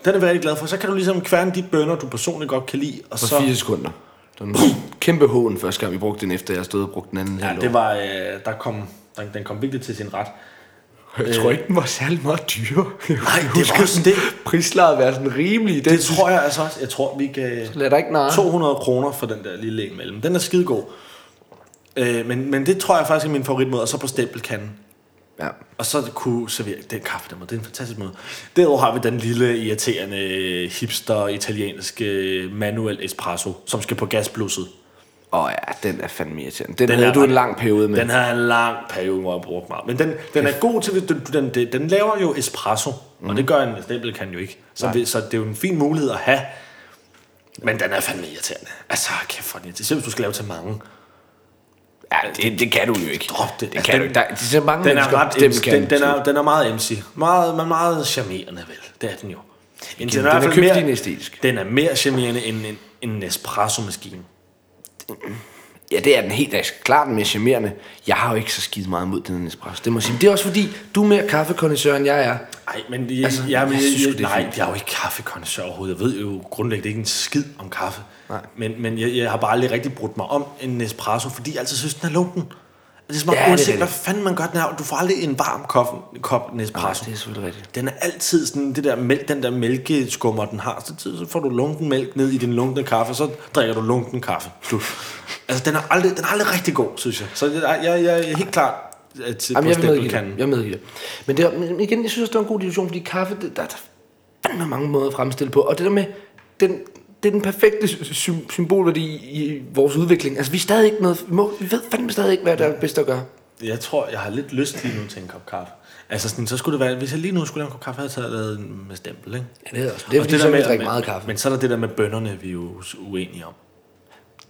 Speaker 2: Den er vi rigtig glad for. Så kan du ligesom kværne de bønner, du personligt godt kan lide. Og
Speaker 1: På
Speaker 2: så,
Speaker 1: fire sekunder. Den kæmpe hån første gang, vi brugte den efter, jeg stod og brugte den anden
Speaker 2: ja, det var, øh, der kom, den, den kom virkelig til sin ret.
Speaker 1: Jeg tror ikke, den var særlig meget dyre.
Speaker 2: Nej, det var også det.
Speaker 1: Prislaget var sådan rimelig.
Speaker 2: Det tror jeg altså også. Jeg tror, vi kan...
Speaker 1: Lad dig ikke narre.
Speaker 2: 200 kroner for den der lille en mellem. Den er skidegod. Øh, men, men det tror jeg faktisk er min favoritmåde. Og så på stempelkanden.
Speaker 1: Ja.
Speaker 2: Og så kunne servere den kaffe der måde. Det er en fantastisk måde. Derudover har vi den lille irriterende hipster italienske manuel espresso, som skal på gasblusset.
Speaker 1: Åh ja, den er fandme irriterende. Den,
Speaker 2: Den
Speaker 1: den
Speaker 2: er
Speaker 1: havde du en
Speaker 2: ret-
Speaker 1: lang periode med.
Speaker 2: Den har en lang periode, hvor jeg brugt meget. Men den, den er god til, hvis du- den, den, den laver jo espresso, mm.
Speaker 1: Mhm.
Speaker 2: og det gør en stempel kan jo ikke. Så, vi, så det er jo en fin mulighed at have. Men den er fandme irriterende. Altså, kæft for den irriterende. Selv hvis du skal lave til mange.
Speaker 1: Ja, det, det kan du jo ikke.
Speaker 2: Drop det.
Speaker 1: Det
Speaker 2: Altså,
Speaker 1: kan
Speaker 2: den-
Speaker 1: du ikke. Der, det er så mange
Speaker 2: Den er,
Speaker 1: mennesker,
Speaker 2: ret
Speaker 1: dem
Speaker 2: MC,
Speaker 1: kan
Speaker 2: den, den, er, den er meget MC. Meget, meget, meget charmerende, vel? Det er den jo. Men
Speaker 1: den er købt i en æstetisk.
Speaker 2: Den er mere charmerende end en, en Nespresso-maskine.
Speaker 1: Ja, det er den helt dags. Klart den mere charmerende. Jeg har jo ikke så skide meget mod den her Nespresso. Det må jeg sige. Men det er også fordi, du er mere kaffekondensør, end jeg er.
Speaker 2: Nej, men
Speaker 1: Altså,
Speaker 2: jeg, altså, jeg,
Speaker 1: jeg
Speaker 2: jeg,
Speaker 1: synes
Speaker 2: jeg,
Speaker 1: sgu,
Speaker 2: jeg,
Speaker 1: det er
Speaker 2: nej,
Speaker 1: fint.
Speaker 2: jeg er jo ikke kaffekondensør overhovedet. Jeg ved jo grundlæggende ikke en skid om kaffe.
Speaker 1: Nej.
Speaker 2: Men, men jeg, jeg har bare aldrig rigtig brudt mig om en Nespresso, fordi jeg altid synes, den er lunken. Altså, Det er som om,
Speaker 1: Ja, det
Speaker 2: ja,
Speaker 1: er
Speaker 2: uanset hvad
Speaker 1: rigtigt.
Speaker 2: fanden man gør den her, du får aldrig en varm kop, kop Nespresso.
Speaker 1: det er selvfølgelig rigtigt.
Speaker 2: Den er altid sådan, det der mælk, den der mælkeskummer, den har. Så, så får du lunken mælk ned i din lunkne kaffe, så drikker du lunken kaffe. Du. Altså, den er, aldrig, den er aldrig rigtig god, synes jeg. Så jeg, jeg, jeg er helt klar at, til,
Speaker 1: Jamen,
Speaker 2: på
Speaker 1: jeg medgiver
Speaker 2: stempelkanden.
Speaker 1: det. Jeg medgiver det. Men, det er, men igen, jeg synes også, det var en god diskussion, fordi kaffe, det, der, der er fandme mange måder at fremstille på. Og det der med, den, det er den perfekte sy- symbolværdi i, i vores udvikling. Altså, vi er stadig ikke noget... Vi, må, vi ved fandme stadig ikke, hvad der er bedst at gøre.
Speaker 2: Jeg tror, jeg har lidt lyst lige nu til en kop kaffe. Altså sådan, så skulle det være, hvis jeg lige nu skulle lave en kop kaffe, havde jeg taget lavet en med stempel, ikke?
Speaker 1: Ja, det er også. Det er, fordi, det så vil jeg drikke meget kaffe.
Speaker 2: Men så er der det der med bønderne, vi er jo uenige om.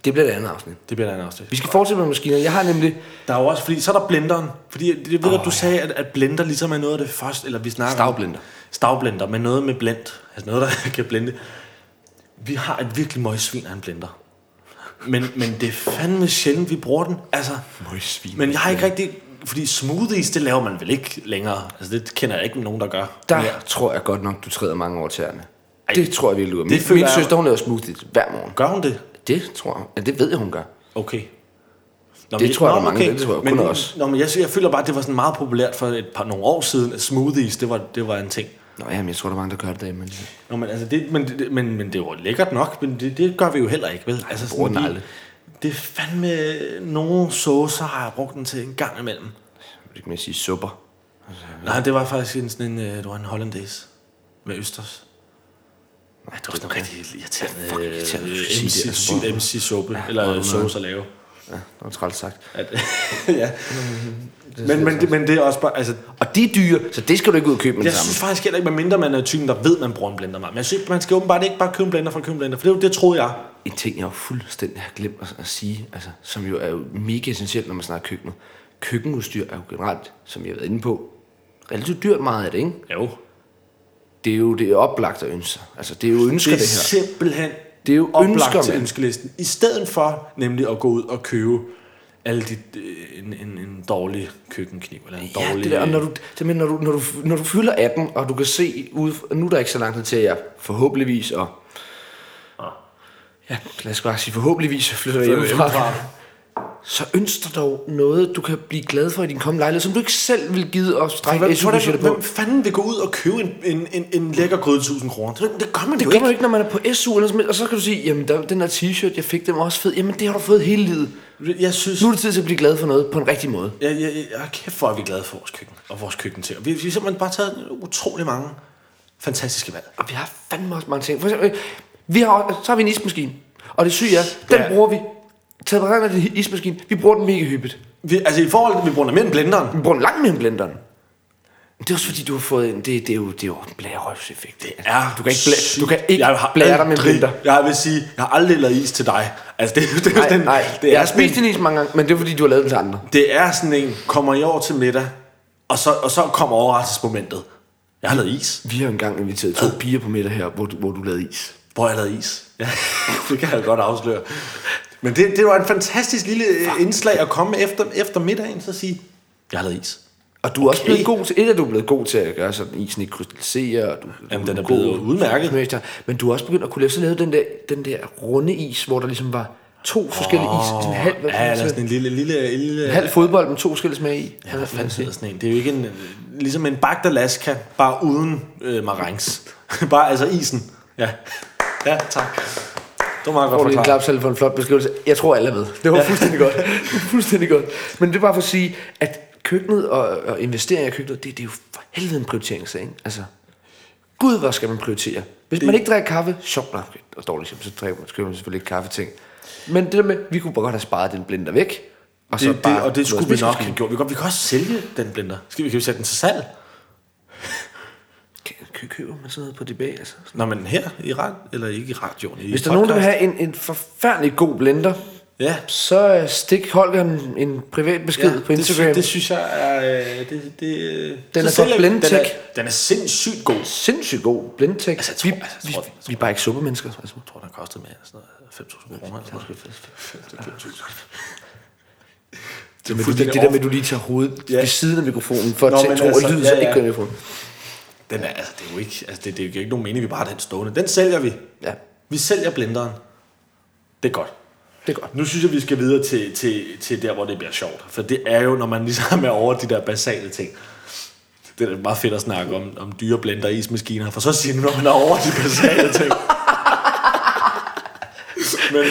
Speaker 1: Det bliver det andet afsnit.
Speaker 2: Det bliver et andet afsnit.
Speaker 1: Vi skal fortsætte med maskinerne. Jeg har nemlig
Speaker 2: Der er jo også, fordi så er der blenderen. Fordi det, det ved oh, du sagde, at, at blender ligesom er noget af det første, eller vi snakker om-
Speaker 1: Stavblender.
Speaker 2: Stavblender, men noget med blend. Altså noget, der kan blende. Vi har et virkelig møgsvin af en blender. Men, men det er fandme sjældent, vi bruger den. Altså,
Speaker 1: Møgsvin.
Speaker 2: men jeg har ikke rigtig... Fordi smoothies, det laver man vel ikke længere. Altså, det kender jeg ikke nogen, der gør.
Speaker 1: Der ja. tror jeg godt nok, du træder mange over tæerne. Ej, det tror jeg virkelig, du er. Min,
Speaker 2: føler
Speaker 1: min
Speaker 2: jeg-
Speaker 1: søster, hun laver smoothies hver morgen.
Speaker 2: Gør hun det?
Speaker 1: Det tror jeg. Ja, det ved jeg, hun gør.
Speaker 2: Okay. Nå,
Speaker 1: Det
Speaker 2: men-
Speaker 1: tror jeg,
Speaker 2: nå,
Speaker 1: der er mange, det tror jeg
Speaker 2: men,
Speaker 1: kun os.
Speaker 2: Nå, men jeg, jeg føler bare, at det var sådan meget populært for et par nogle år siden, at smoothies, det var, det var en ting.
Speaker 1: Nå, jamen, jeg tror, der er mange, der gør det derhjemme. Men...
Speaker 2: Nå, men, altså det, men, det, men, men det var lækkert nok, men det, det gør vi jo heller ikke, vel? Altså,
Speaker 1: bruger den
Speaker 2: vi-
Speaker 1: aldrig.
Speaker 2: Det er fandme... Nogle saucer har jeg brugt den til en gang imellem.
Speaker 1: Det kan man sige supper.
Speaker 2: Nej, det var faktisk en, sådan en, øh, det var en hollandaise med østers. Nej, det var sådan en rigtig irriterende, Øh,
Speaker 1: fuck, irriterende at sige det,
Speaker 2: MC,
Speaker 1: altså,
Speaker 2: sygt MC-suppe, eller sauce at lave.
Speaker 1: Ja, det var træls sagt.
Speaker 2: At, ja. Men, men, det, men det er også bare, altså,
Speaker 1: Og de er dyre, så det skal du ikke ud og købe med det
Speaker 2: jeg
Speaker 1: samme.
Speaker 2: synes faktisk heller ikke, mindre man er typen, der ved, man bruger en blender meget. Men jeg synes, man skal åbenbart ikke bare købe en blender for at købe en blender, for det, er jo- det troede jeg.
Speaker 1: En ting, jeg jo fuldstændig har glemt at, at sige, altså, som jo er jo mega essentielt, når man snakker køkkenet. Køkkenudstyr er jo generelt, som jeg har været inde på, relativt dyrt meget af det, ikke?
Speaker 2: Jo.
Speaker 1: Det er jo det er oplagt at ønske sig. Altså, det er jo ønsker,
Speaker 2: Det er
Speaker 1: det, her.
Speaker 2: simpelthen
Speaker 1: Det er jo ønsker,
Speaker 2: oplagt til
Speaker 1: mand.
Speaker 2: ønskelisten. I stedet for nemlig at gå ud og købe alle de, øh, en, en, en dårlig køkkenkniv, eller en
Speaker 1: Ja,
Speaker 2: dårlig...
Speaker 1: det der, og når du, det med, når, du, når, du, når du fylder 18, og du kan se ud, nu er der ikke så lang tid til, at jeg forhåbentligvis og...
Speaker 2: Ah.
Speaker 1: Ja, lad os bare sige, forhåbentligvis flytter jeg hjemmefra. Så ønsker dig dog noget, du kan blive glad for i din kommende lejlighed, som du ikke selv vil give og
Speaker 2: Hvem,
Speaker 1: strække su
Speaker 2: hvordan,
Speaker 1: budgettet på.
Speaker 2: hvem fanden vil gå ud og købe en, en, en, en lækker gryde 1000 kroner? Det, det gør man det jo
Speaker 1: Det gør
Speaker 2: ikke.
Speaker 1: man jo ikke, når man er på SU eller sådan noget. Og så kan du sige, jamen der, den der t-shirt, jeg fik, den var også fed. Jamen det har du fået hele livet.
Speaker 2: Jeg synes...
Speaker 1: Nu er det tid til at blive glad for noget på en rigtig måde.
Speaker 2: Jeg, jeg, jeg, jeg kæft, hvor er vi glade for vores køkken og vores køkken til. Vi, vi har simpelthen bare taget utrolig mange fantastiske valg.
Speaker 1: Og vi har fandme også mange ting. For eksempel, øh, vi har, også- så har vi en ismaskine. Og det syge er, den
Speaker 2: Ja.
Speaker 1: ja. bruger vi. Tag på af den ismaskine. Vi bruger den mega hyppigt.
Speaker 2: Vi, altså i forhold til, vi bruger mere blenderen.
Speaker 1: Vi bruger den langt mere end blenderen. Men Det er også fordi, du har fået en... Det, det, er, jo, det er jo en blærerøvseffekt. Det Du kan ikke, blæ, du kan ikke blære dig med en blender.
Speaker 2: Jeg vil sige, jeg har aldrig lavet is til dig. Altså det, det,
Speaker 1: Nej,
Speaker 2: den,
Speaker 1: nej.
Speaker 2: det
Speaker 1: jeg
Speaker 2: er
Speaker 1: har
Speaker 2: sådan
Speaker 1: spist
Speaker 2: en,
Speaker 1: din is mange gange, men det er fordi, du har lavet den til andre.
Speaker 2: Det er sådan en, kommer i år til middag, og så, og så kommer overraskelsesmomentet. Jeg har lavet is.
Speaker 1: Vi har engang inviteret to piger på middag her, hvor du, hvor du lavede is.
Speaker 2: Hvor har jeg lavet is? Ja, det kan jeg godt afsløre. Men det, det var en fantastisk lille øh, indslag at komme efter, efter middagen, så sige, jeg har lavet is.
Speaker 1: Og du er okay. også
Speaker 2: Okay.
Speaker 1: blevet god til, et er du er blevet god til at gøre sådan, isen ikke krystalliserer, og du,
Speaker 2: Jamen,
Speaker 1: du
Speaker 2: den er
Speaker 1: god
Speaker 2: blevet udmærket.
Speaker 1: smagster. Men du er også begyndt at kunne lave, så lavede den der, den der runde is, hvor der ligesom var to forskellige is, sådan en halv, hvad
Speaker 2: Ja,
Speaker 1: sådan
Speaker 2: eller
Speaker 1: en-
Speaker 2: sådan en lille, lille, lille...
Speaker 1: en halv fodbold med to forskellige smag i.
Speaker 2: Ja, hvad fanden hedder sådan en? Det er jo ikke en... øh, Ligesom en bagt Alaska, bare uden øh, marengs. bare altså isen. Ja. Ja, tak. Det var meget
Speaker 1: Får
Speaker 2: godt
Speaker 1: lige en
Speaker 2: forklaret.
Speaker 1: klap selv for en flot beskrivelse. Jeg tror, alle er med. Det var fuldstændig godt. fuldstændig godt. Men det er bare for at sige, at køkkenet og, og investeringer i køkkenet, det, det er jo for helvede en prioriteringssag. ikke? Altså, gud, hvor skal man prioritere? Hvis det... man ikke drikker kaffe, sjovt nok, og dårligt, så drikker man, så køber man selvfølgelig ikke kaffeting. Men det der med, vi kunne bare godt have sparet den blender væk. Og
Speaker 2: Det, det, og det
Speaker 1: noget
Speaker 2: skulle vi nok
Speaker 1: spisemaskine.
Speaker 2: have gjort. Vi kan, vi kan også sælge den blender. Skal vi, kan vi sætte den til salg?
Speaker 1: Kan- kan- Køber man sådan noget på DB, altså?
Speaker 2: Nå, men her i ra- eller ikke i radioen. I
Speaker 1: Hvis der er nogen, der vil
Speaker 2: podcast.
Speaker 1: have en, en forfærdelig god blender,
Speaker 2: Ja.
Speaker 1: så øh, stik Holger en, en privat besked ja, på Instagram.
Speaker 2: Det, sy- det synes jeg er... øh, Det, det, øh, så
Speaker 1: er godt
Speaker 2: sælger vi- den,
Speaker 1: blendtech.
Speaker 2: er, den er sindssygt god. Jeg
Speaker 1: sindssygt god blindtægt.
Speaker 2: Altså, jeg
Speaker 1: Altså, vi,
Speaker 2: tror- altså, jeg
Speaker 1: vi,
Speaker 2: tror,
Speaker 1: vi,
Speaker 2: jeg
Speaker 1: vi er bare ikke suppemennesker. Altså.
Speaker 2: tror, den kostede mere sådan noget 5.000 kroner. eller sådan noget.
Speaker 1: Det, det,
Speaker 2: fuldstændig
Speaker 1: det, det der med, at du lige tager hovedet
Speaker 2: Ja.
Speaker 1: ja. ved siden af mikrofonen, for
Speaker 2: Nå,
Speaker 1: at
Speaker 2: men
Speaker 1: tænke, altså,
Speaker 2: altså,
Speaker 1: at lyden
Speaker 2: ja,
Speaker 1: ja,
Speaker 2: ja.
Speaker 1: ikke går i mikrofonen.
Speaker 2: Den er, altså, det er jo ikke, altså, det, det er jo ikke nogen mening, vi bare har den stående. Den sælger vi.
Speaker 1: Ja,
Speaker 2: Vi sælger blenderen. Det er godt.
Speaker 1: det er godt.
Speaker 2: Nu synes jeg, vi skal videre til, til, til der, hvor det bliver sjovt. For det er jo, når man ligesom er over de der basale ting. Det er da meget fedt at snakke om, om dyre blender og ismaskiner. For så siger du, når man er over de basale ting. Men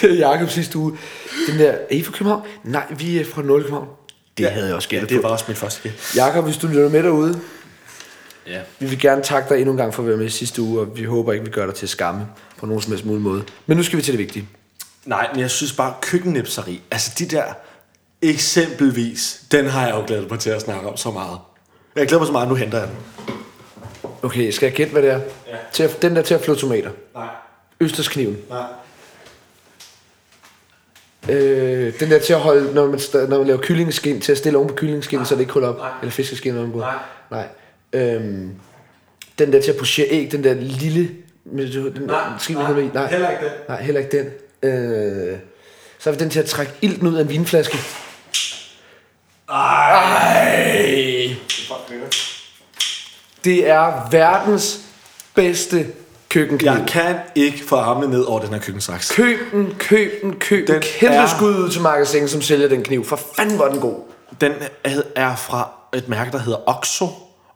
Speaker 1: Det er Jacob sidste uge. Den der, er I fra København? Nej, vi er fra Nul København. Det ja. havde jeg også
Speaker 2: ja,
Speaker 1: gættet
Speaker 2: det
Speaker 1: ja, på.
Speaker 2: var også mit første gæt.
Speaker 1: Jakob, hvis du lytter med derude,
Speaker 2: Ja.
Speaker 1: vi vil gerne takke dig endnu en gang for at være med sidste uge, og vi håber ikke, vi gør dig til skamme på nogen som helst mulig måde. Men nu skal vi til det vigtige.
Speaker 2: Nej, men jeg synes bare, køkkennipseri, altså de der eksempelvis, den har jeg jo glædet mig til at snakke om så meget. Jeg glæder mig så meget, nu henter jeg den.
Speaker 1: Okay, skal jeg gætte, hvad det er? Ja. Til at, den der til at flå tomater.
Speaker 2: Nej,
Speaker 1: Østerskniven.
Speaker 2: nej.
Speaker 1: Øh, den der til at holde, når man, sta- når man laver kyllingeskin, til at stille oven på kyllingeskin, så det ikke holder op.
Speaker 2: Nej.
Speaker 1: Eller fiskeskin, når man går.
Speaker 2: Nej.
Speaker 1: Nej. Øhm, den der til at pochere æg, den der lille... Med, den, den skib, nej, i. nej,
Speaker 2: heller ikke den.
Speaker 1: nej, heller ikke den. Øh, så har vi den til at trække ilten ud af en vinflaske.
Speaker 2: Ej.
Speaker 1: Det er verdens bedste køkkenkniv.
Speaker 2: Jeg kan ikke få armene ned over den her køkkensaks.
Speaker 1: Køb den, køb den, køb den.
Speaker 2: Den
Speaker 1: Kæmpe
Speaker 2: er-
Speaker 1: skud ud til magasin, som sælger den kniv. For fanden var den god.
Speaker 2: Den er- er fra et mærke, der hedder Oxo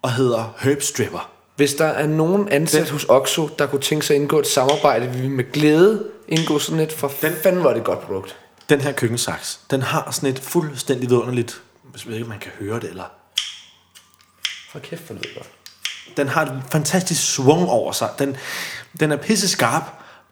Speaker 2: og hedder Herb Stripper.
Speaker 1: Hvis der er nogen ansat hos Oxo, der kunne tænke sig at indgå et samarbejde, vil vi med glæde indgå sådan et. For fanden var det et godt produkt.
Speaker 2: Den her køkkensaks, den har sådan et fuldstændig vidunderligt, hvis ved ikke, om man kan høre det, eller...
Speaker 1: For kæft, for det godt.
Speaker 2: Den har et fantastisk svung over sig. Den, den er pisse skarp,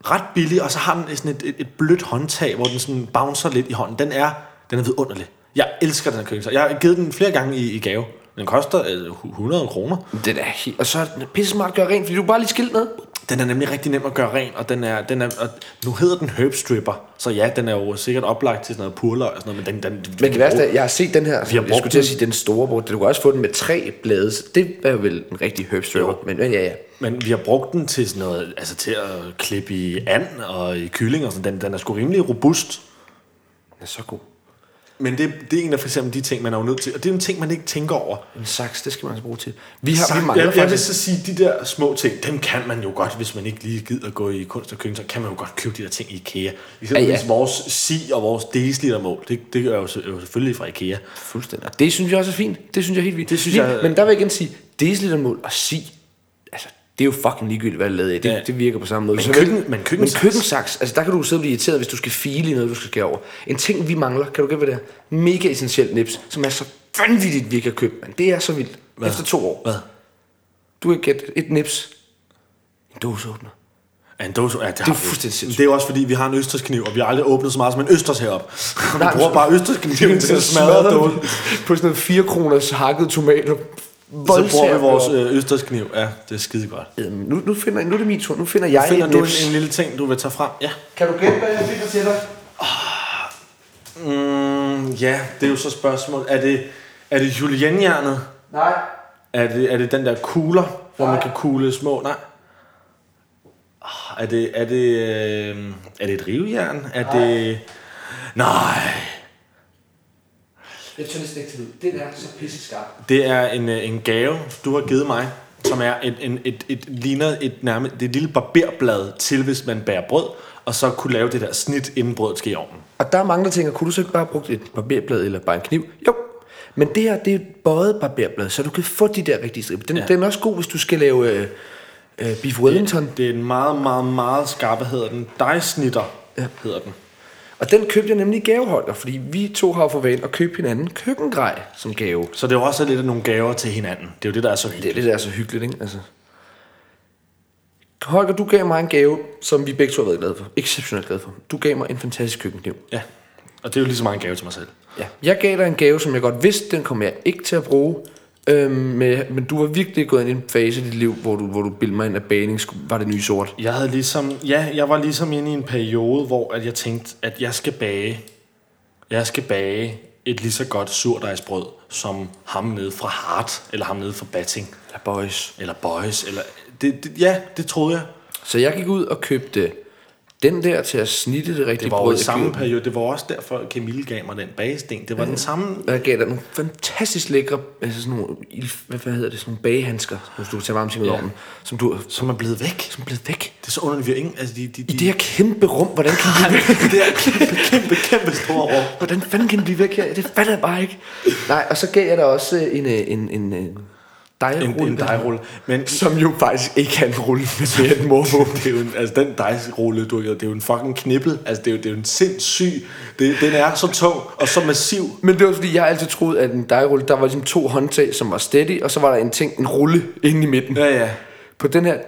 Speaker 2: ret billig, og så har den sådan et, et, et blødt håndtag, hvor den sådan bouncer lidt i hånden. Den er, den er vidunderlig. Jeg elsker den her køkkensaks. Jeg har givet den flere gange i, i gave. Den koster øh, 100 kroner.
Speaker 1: Den er helt... Og så er den pisse smart at gøre rent, fordi du bare lige skilt ned.
Speaker 2: Den er nemlig rigtig nem at gøre ren, og den er, den er og nu hedder den Herb Stripper, så ja, den er jo sikkert oplagt til sådan noget purløg og sådan noget, men den... den
Speaker 1: Men det værste er, jeg har set den her, jeg
Speaker 2: brugt
Speaker 1: skulle til at
Speaker 2: den.
Speaker 1: sige den store bror. Du kan også få den med tre blade. så Det er vel en rigtig herb stripper. Men, men ja, ja.
Speaker 2: Men vi har brugt den til sådan noget, altså til at klippe i and og i kylling og sådan, den, den er sgu rimelig robust.
Speaker 1: Den er så god.
Speaker 2: Men det, det er en af for eksempel de ting, man er jo nødt til, og det er en ting, man ikke tænker over.
Speaker 1: En saks, det skal man altså bruge til. Vi har vi
Speaker 2: Sagt,
Speaker 1: mangler
Speaker 2: jeg, jeg vil
Speaker 1: faktisk...
Speaker 2: så sige, de der små ting, dem kan man jo godt, hvis man ikke lige gider gå i kunst og køkken, så kan man jo godt købe de der ting i IKEA. Eksempelvis
Speaker 1: Ja, ja.
Speaker 2: vores si og vores decilitermål, det, det er jo så- jo selvfølgelig fra IKEA.
Speaker 1: Fuldstændig. Og Det synes jeg også er fint. Det synes jeg er helt vildt.
Speaker 2: Det synes
Speaker 1: Lige-
Speaker 2: jeg-
Speaker 1: Men der vil jeg igen sige, decilitermål og si, altså, det er jo fucking ligegyldigt, hvad det er lavet af. Det,
Speaker 2: Ja.
Speaker 1: ja. det virker på samme måde.
Speaker 2: Men
Speaker 1: Så vil-
Speaker 2: køkken- men køkkensaks-
Speaker 1: men køkkensaks, altså der kan du sidde og blive irriteret, hvis du skal file i noget, du skal skære over. En ting, vi mangler, kan du gætte, hvad det er? Mega essentielt nips, som er så vanvittigt, vi ikke har købt, mand. Det er så vildt. Hvad? Efter to år.
Speaker 2: Hvad?
Speaker 1: Du kan gætte et nips. En dåseåbner.
Speaker 2: Ja, en dåse, ja, det, det
Speaker 1: er fuldstændig sindssygt.
Speaker 2: Det er jo også fordi, vi har en østerskniv, og vi har aldrig åbnet så meget som en østers heroppe. vi
Speaker 1: Nej,
Speaker 2: bruger
Speaker 1: men-
Speaker 2: bare østerskniven til at smadre
Speaker 1: Smadrer
Speaker 2: dåsen.
Speaker 1: den På sådan noget 4 kroners hakket tomater.
Speaker 2: Så bruger vi
Speaker 1: Voldtager
Speaker 2: vores
Speaker 1: den.
Speaker 2: øh, østerskniv. Ja, det er skide godt.
Speaker 1: Øhm, nu, nu, finder, nu er det min tur. Nu finder jeg
Speaker 2: Finder
Speaker 1: et
Speaker 2: du
Speaker 1: nips.
Speaker 2: en, en lille ting, du vil tage frem? Ja.
Speaker 1: Kan du gætte, hvad jeg finder til dig?
Speaker 2: Mm, ja, det er jo så spørgsmål. Er det, er det julienjernet?
Speaker 1: Nej.
Speaker 2: Er det, er det den der kugler, hvor man
Speaker 1: Nej.
Speaker 2: kan kugle små? Nej. Ah, Er det, er det, øh, er det et rivejern? Er Nej. det... Nej.
Speaker 1: Jeg tør næsten ikke til det. Den er så pisse skarp.
Speaker 2: Det er en, øh, en gave, du har givet mig, som er et, en, et, et, ligner et, nærmest, det er et lille barberblad til, hvis man bærer brød, og så kunne lave det der snit, inden brødet skal i ovnen.
Speaker 1: Og der er mange, der tænker, kunne du så ikke bare have brugt et barberblad eller bare en kniv? Jo. Men det her, det er et bøjet barberblad, så du kan få de der rigtige striber. Den, ja. den er også god, hvis du skal lave øh, øh, beef wellington.
Speaker 2: Det er en meget, meget, meget skarp, hvad hedder den? Dejsnitter ja. hedder den.
Speaker 1: Og den købte jeg nemlig i gaveholder, fordi vi to har jo for vane at købe hinanden køkkengrej som gave.
Speaker 2: Så det er jo også lidt af nogle gaver til hinanden. Det er jo det, der er så
Speaker 1: Det er
Speaker 2: hyggeligt.
Speaker 1: det, der er så hyggeligt, ikke? Altså. Holger, du gav mig en gave, som vi begge to har været glade for. Exceptionelt glade for. Du gav mig en fantastisk køkkenkniv.
Speaker 2: Ja, og det er jo lige så meget en gave til mig selv.
Speaker 1: Ja. Jeg gav dig en gave, som jeg godt vidste, den kommer jeg ikke til at bruge. Øhm, med, men du var virkelig gået ind i en fase i dit liv, hvor du, hvor du bildte mig ind, at baning skulle, var det nye sort.
Speaker 2: Jeg havde ligesom, ja, jeg var ligesom inde i en periode, hvor at jeg tænkte, at jeg skal bage, jeg skal bage et lige så godt surdejsbrød, som ham nede fra Hart, eller ham nede fra Batting,
Speaker 1: Ja, boys.
Speaker 2: eller Boys, eller, det, det, ja, det troede jeg.
Speaker 1: Så jeg gik ud og købte den der til at snitte det rigtige
Speaker 2: Det var jo
Speaker 1: brød.
Speaker 2: i
Speaker 1: Jeg
Speaker 2: samme
Speaker 1: gjorde-
Speaker 2: periode, det var også derfor, at Camille gav mig den bagesten. Det var den samme,
Speaker 1: Og jeg gav dig nogle fantastisk lækre, altså sådan nogle, ild- hvad, hvad hedder det, sådan nogle bagehandsker, som du kan tage varmt ting ud af ovnen, som du
Speaker 2: som er blevet væk.
Speaker 1: som er blevet væk.
Speaker 2: Det er så underligt, vi har ingen, altså de, de, de,
Speaker 1: I det her kæmpe rum, hvordan kan de blive væk?
Speaker 2: det er kæmpe, kæmpe, kæmpe store rum.
Speaker 1: Hvordan fanden kan de blive væk her? Det fatter jeg bare ikke. Nej, og så gav jeg dig også øh, en, øh, en, en, en
Speaker 2: En, en
Speaker 1: dejrulle.
Speaker 2: dejrulle. Men
Speaker 1: Som jo faktisk ikke kan rulle med mere end
Speaker 2: Morbo, det er jo en, altså den dejsrulle, du har givet, det er jo en fucking knippel. Altså det er jo, det er jo en sindssyg, det, den er så tung og så massiv.
Speaker 1: Men det var fordi, jeg altid troede, at en dejrulle, der var ligesom to håndtag, som var steady, og så var der en ting, en rulle inde i midten.
Speaker 2: Ja, ja.
Speaker 1: På den her,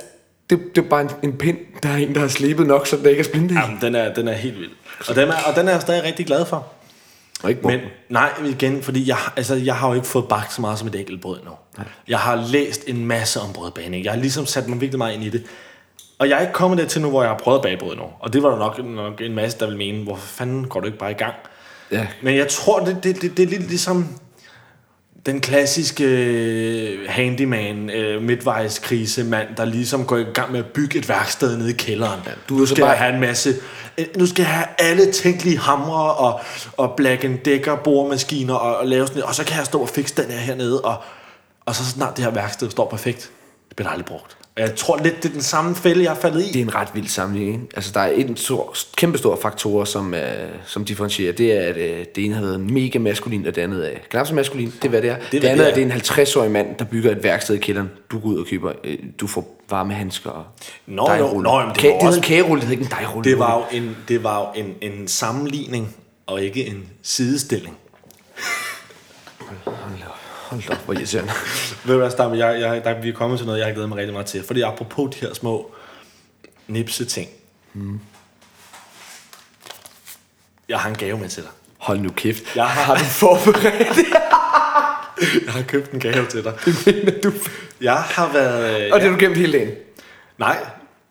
Speaker 1: det, det er bare en, en pind, der er en, der har slebet nok, så den ikke er splintet. Ja.
Speaker 2: Jamen, den er, den er helt vild. Og den er, og den er jeg stadig rigtig glad for.
Speaker 1: Og ikke
Speaker 2: Men
Speaker 1: men,
Speaker 2: nej, igen, fordi jeg, altså, jeg har jo ikke fået bagt så meget som et enkelt brød nu. Jeg har læst en masse om brødbaning. Jeg har ligesom sat mig virkelig meget ind i det. Og jeg er ikke kommet dertil nu, hvor jeg har prøvet at bage brød endnu. Og det var der nok, nok en masse, der ville mene, hvorfor fanden går du ikke bare i gang?
Speaker 1: Ja.
Speaker 2: Men jeg tror, det, det, det, det er lidt ligesom den klassiske øh, handyman, øh, midtvejskrisemand, der ligesom går i gang med at bygge et værksted nede i kælderen. Ja,
Speaker 1: du
Speaker 2: du, nu
Speaker 1: skal
Speaker 2: skal bare
Speaker 1: bare-
Speaker 2: have en masse... øh, Nu skal jeg have alle tænkelige hamre og, og black and decker boremaskiner og, og lave sådan et, Og så kan jeg stå og fikse den her hernede. Og, og så snart det her værksted står perfekt, det bliver aldrig brugt. Og jeg tror lidt, det er den samme fælde, jeg er faldet i.
Speaker 1: Det er en ret vild sammenligning. ikke? Altså, der er en stor, kæmpe stor faktor, som, øh, som differentierer. Det er, at øh, det ene har været mega maskulin, og det andet er knap så maskulin. Det er, hvad det er. Det,
Speaker 2: hvad
Speaker 1: det,
Speaker 2: det
Speaker 1: det andet
Speaker 2: er.
Speaker 1: er, det er en 50-årig mand, der bygger et værksted i kælderen. Du går ud og køber, øh, du får varme handsker og
Speaker 2: Nå,
Speaker 1: dejrulle.
Speaker 2: jo. Nå, jamen, det
Speaker 1: Kage-
Speaker 2: var
Speaker 1: det hedder
Speaker 2: også-
Speaker 1: en kagerulle, det hedder ikke en dejrulle.
Speaker 2: Det var jo en, det var jo en, en sammenligning, og ikke en sidestilling.
Speaker 1: Hold da op, Hold da op, hvor irriterende.
Speaker 2: Ved du hvad, Stam, jeg, jeg, der, vi er kommet til noget, jeg har glædet mig rigtig meget til. Fordi apropos de her små nipse-ting. Mm. Jeg har en gave med til dig.
Speaker 1: Hold nu kæft.
Speaker 2: Jeg har, har du forberedt Jeg har købt en gave til dig.
Speaker 1: du...
Speaker 2: Jeg har været... øh,
Speaker 1: Og det har du gemt hele dagen.
Speaker 2: Nej,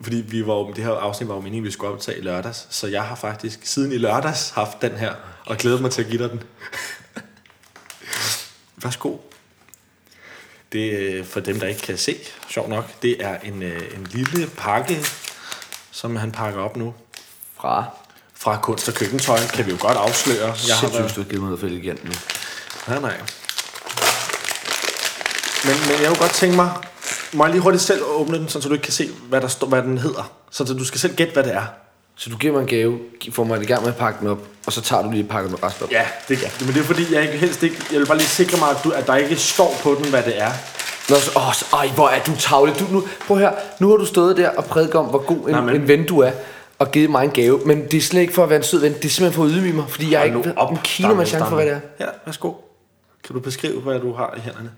Speaker 2: fordi vi var, jo- det her afsnit var jo meningen, vi skulle optage i lørdags. Så jeg har faktisk siden i lørdags haft den her, og glædet mig til at give dig den. Værsgo. Det er for dem, der ikke kan se, sjov nok. Det er en, øh, en lille pakke, som han pakker op nu.
Speaker 1: Fra...
Speaker 2: Fra kunst og køkkentøj kan vi jo godt afsløre. Jeg har
Speaker 1: Sindssygt, hvis
Speaker 2: været...
Speaker 1: du har givet mig noget for elegant nu.
Speaker 2: Nej, nej. Men, men jeg kunne godt tænke mig, må jeg lige hurtigt selv åbne den, sådan så du ikke kan se, hvad, der står, hvad den hedder. Sådan så du skal selv gætte, hvad det er.
Speaker 1: Så du giver mig en gave, gi- får mig i gang med at pakke den op, og så tager du lige pakket med resten op.
Speaker 2: Ja, det, ja. men det er fordi, jeg ikke helst ikke... Jeg vil bare lige sikre mig, at, du, at der ikke står på den, hvad det er.
Speaker 1: Nå, så, åh, så, ej, hvor er du tavle. Du, nu, prøv her, nu har du stået der og prædiket om, hvor god en,
Speaker 2: Nej, men-
Speaker 1: en ven du er, og givet mig en gave. Men det er slet ikke for at være en sød ven, det er simpelthen for at ydmyge mig, fordi jeg ikke ved en kilo med chance for, hvad det er.
Speaker 2: Ja, værsgo. Kan du beskrive, hvad du har i hænderne?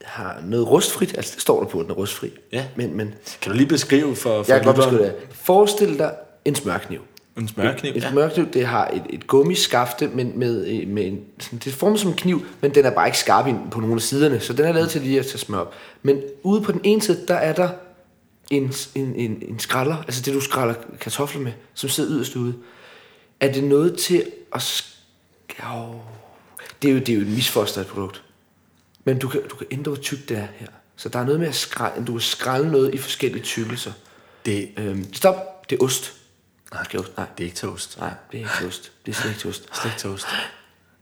Speaker 1: Jeg har noget rustfrit, altså det står der på, at den er rustfri.
Speaker 2: Ja.
Speaker 1: Men, men
Speaker 2: Kan du lige beskrive for, for
Speaker 1: jeg kan godt
Speaker 2: lytteren?
Speaker 1: beskrive det. Forestil dig en smørkniv.
Speaker 2: En smørkniv,
Speaker 1: Et
Speaker 2: ja.
Speaker 1: smørkniv, det har et, et gummiskafte, men med, øh, med en, sådan, det er formet som en kniv, men den er bare ikke skarp ind på nogle af siderne, så den er lavet til lige at tage smør op. Men ude på den ene side, der er der en, en, en, en skralder, altså det du skralder kartofler med, som sidder yderst ude. Er det noget til at... Sk- oh. det, er jo, det er jo et misfostret produkt. Men du kan, du kan ændre, hvor tykt det er her. Så der er noget med at skrælle, du kan skrælle noget i forskellige tykkelser.
Speaker 2: Det, det
Speaker 1: Øhm, stop, det er ost. Nej, det er ost. Nej,
Speaker 2: er ikke toast.
Speaker 1: Nej, det er ikke ost. Det er slet ikke ost.
Speaker 2: Slet ikke toast.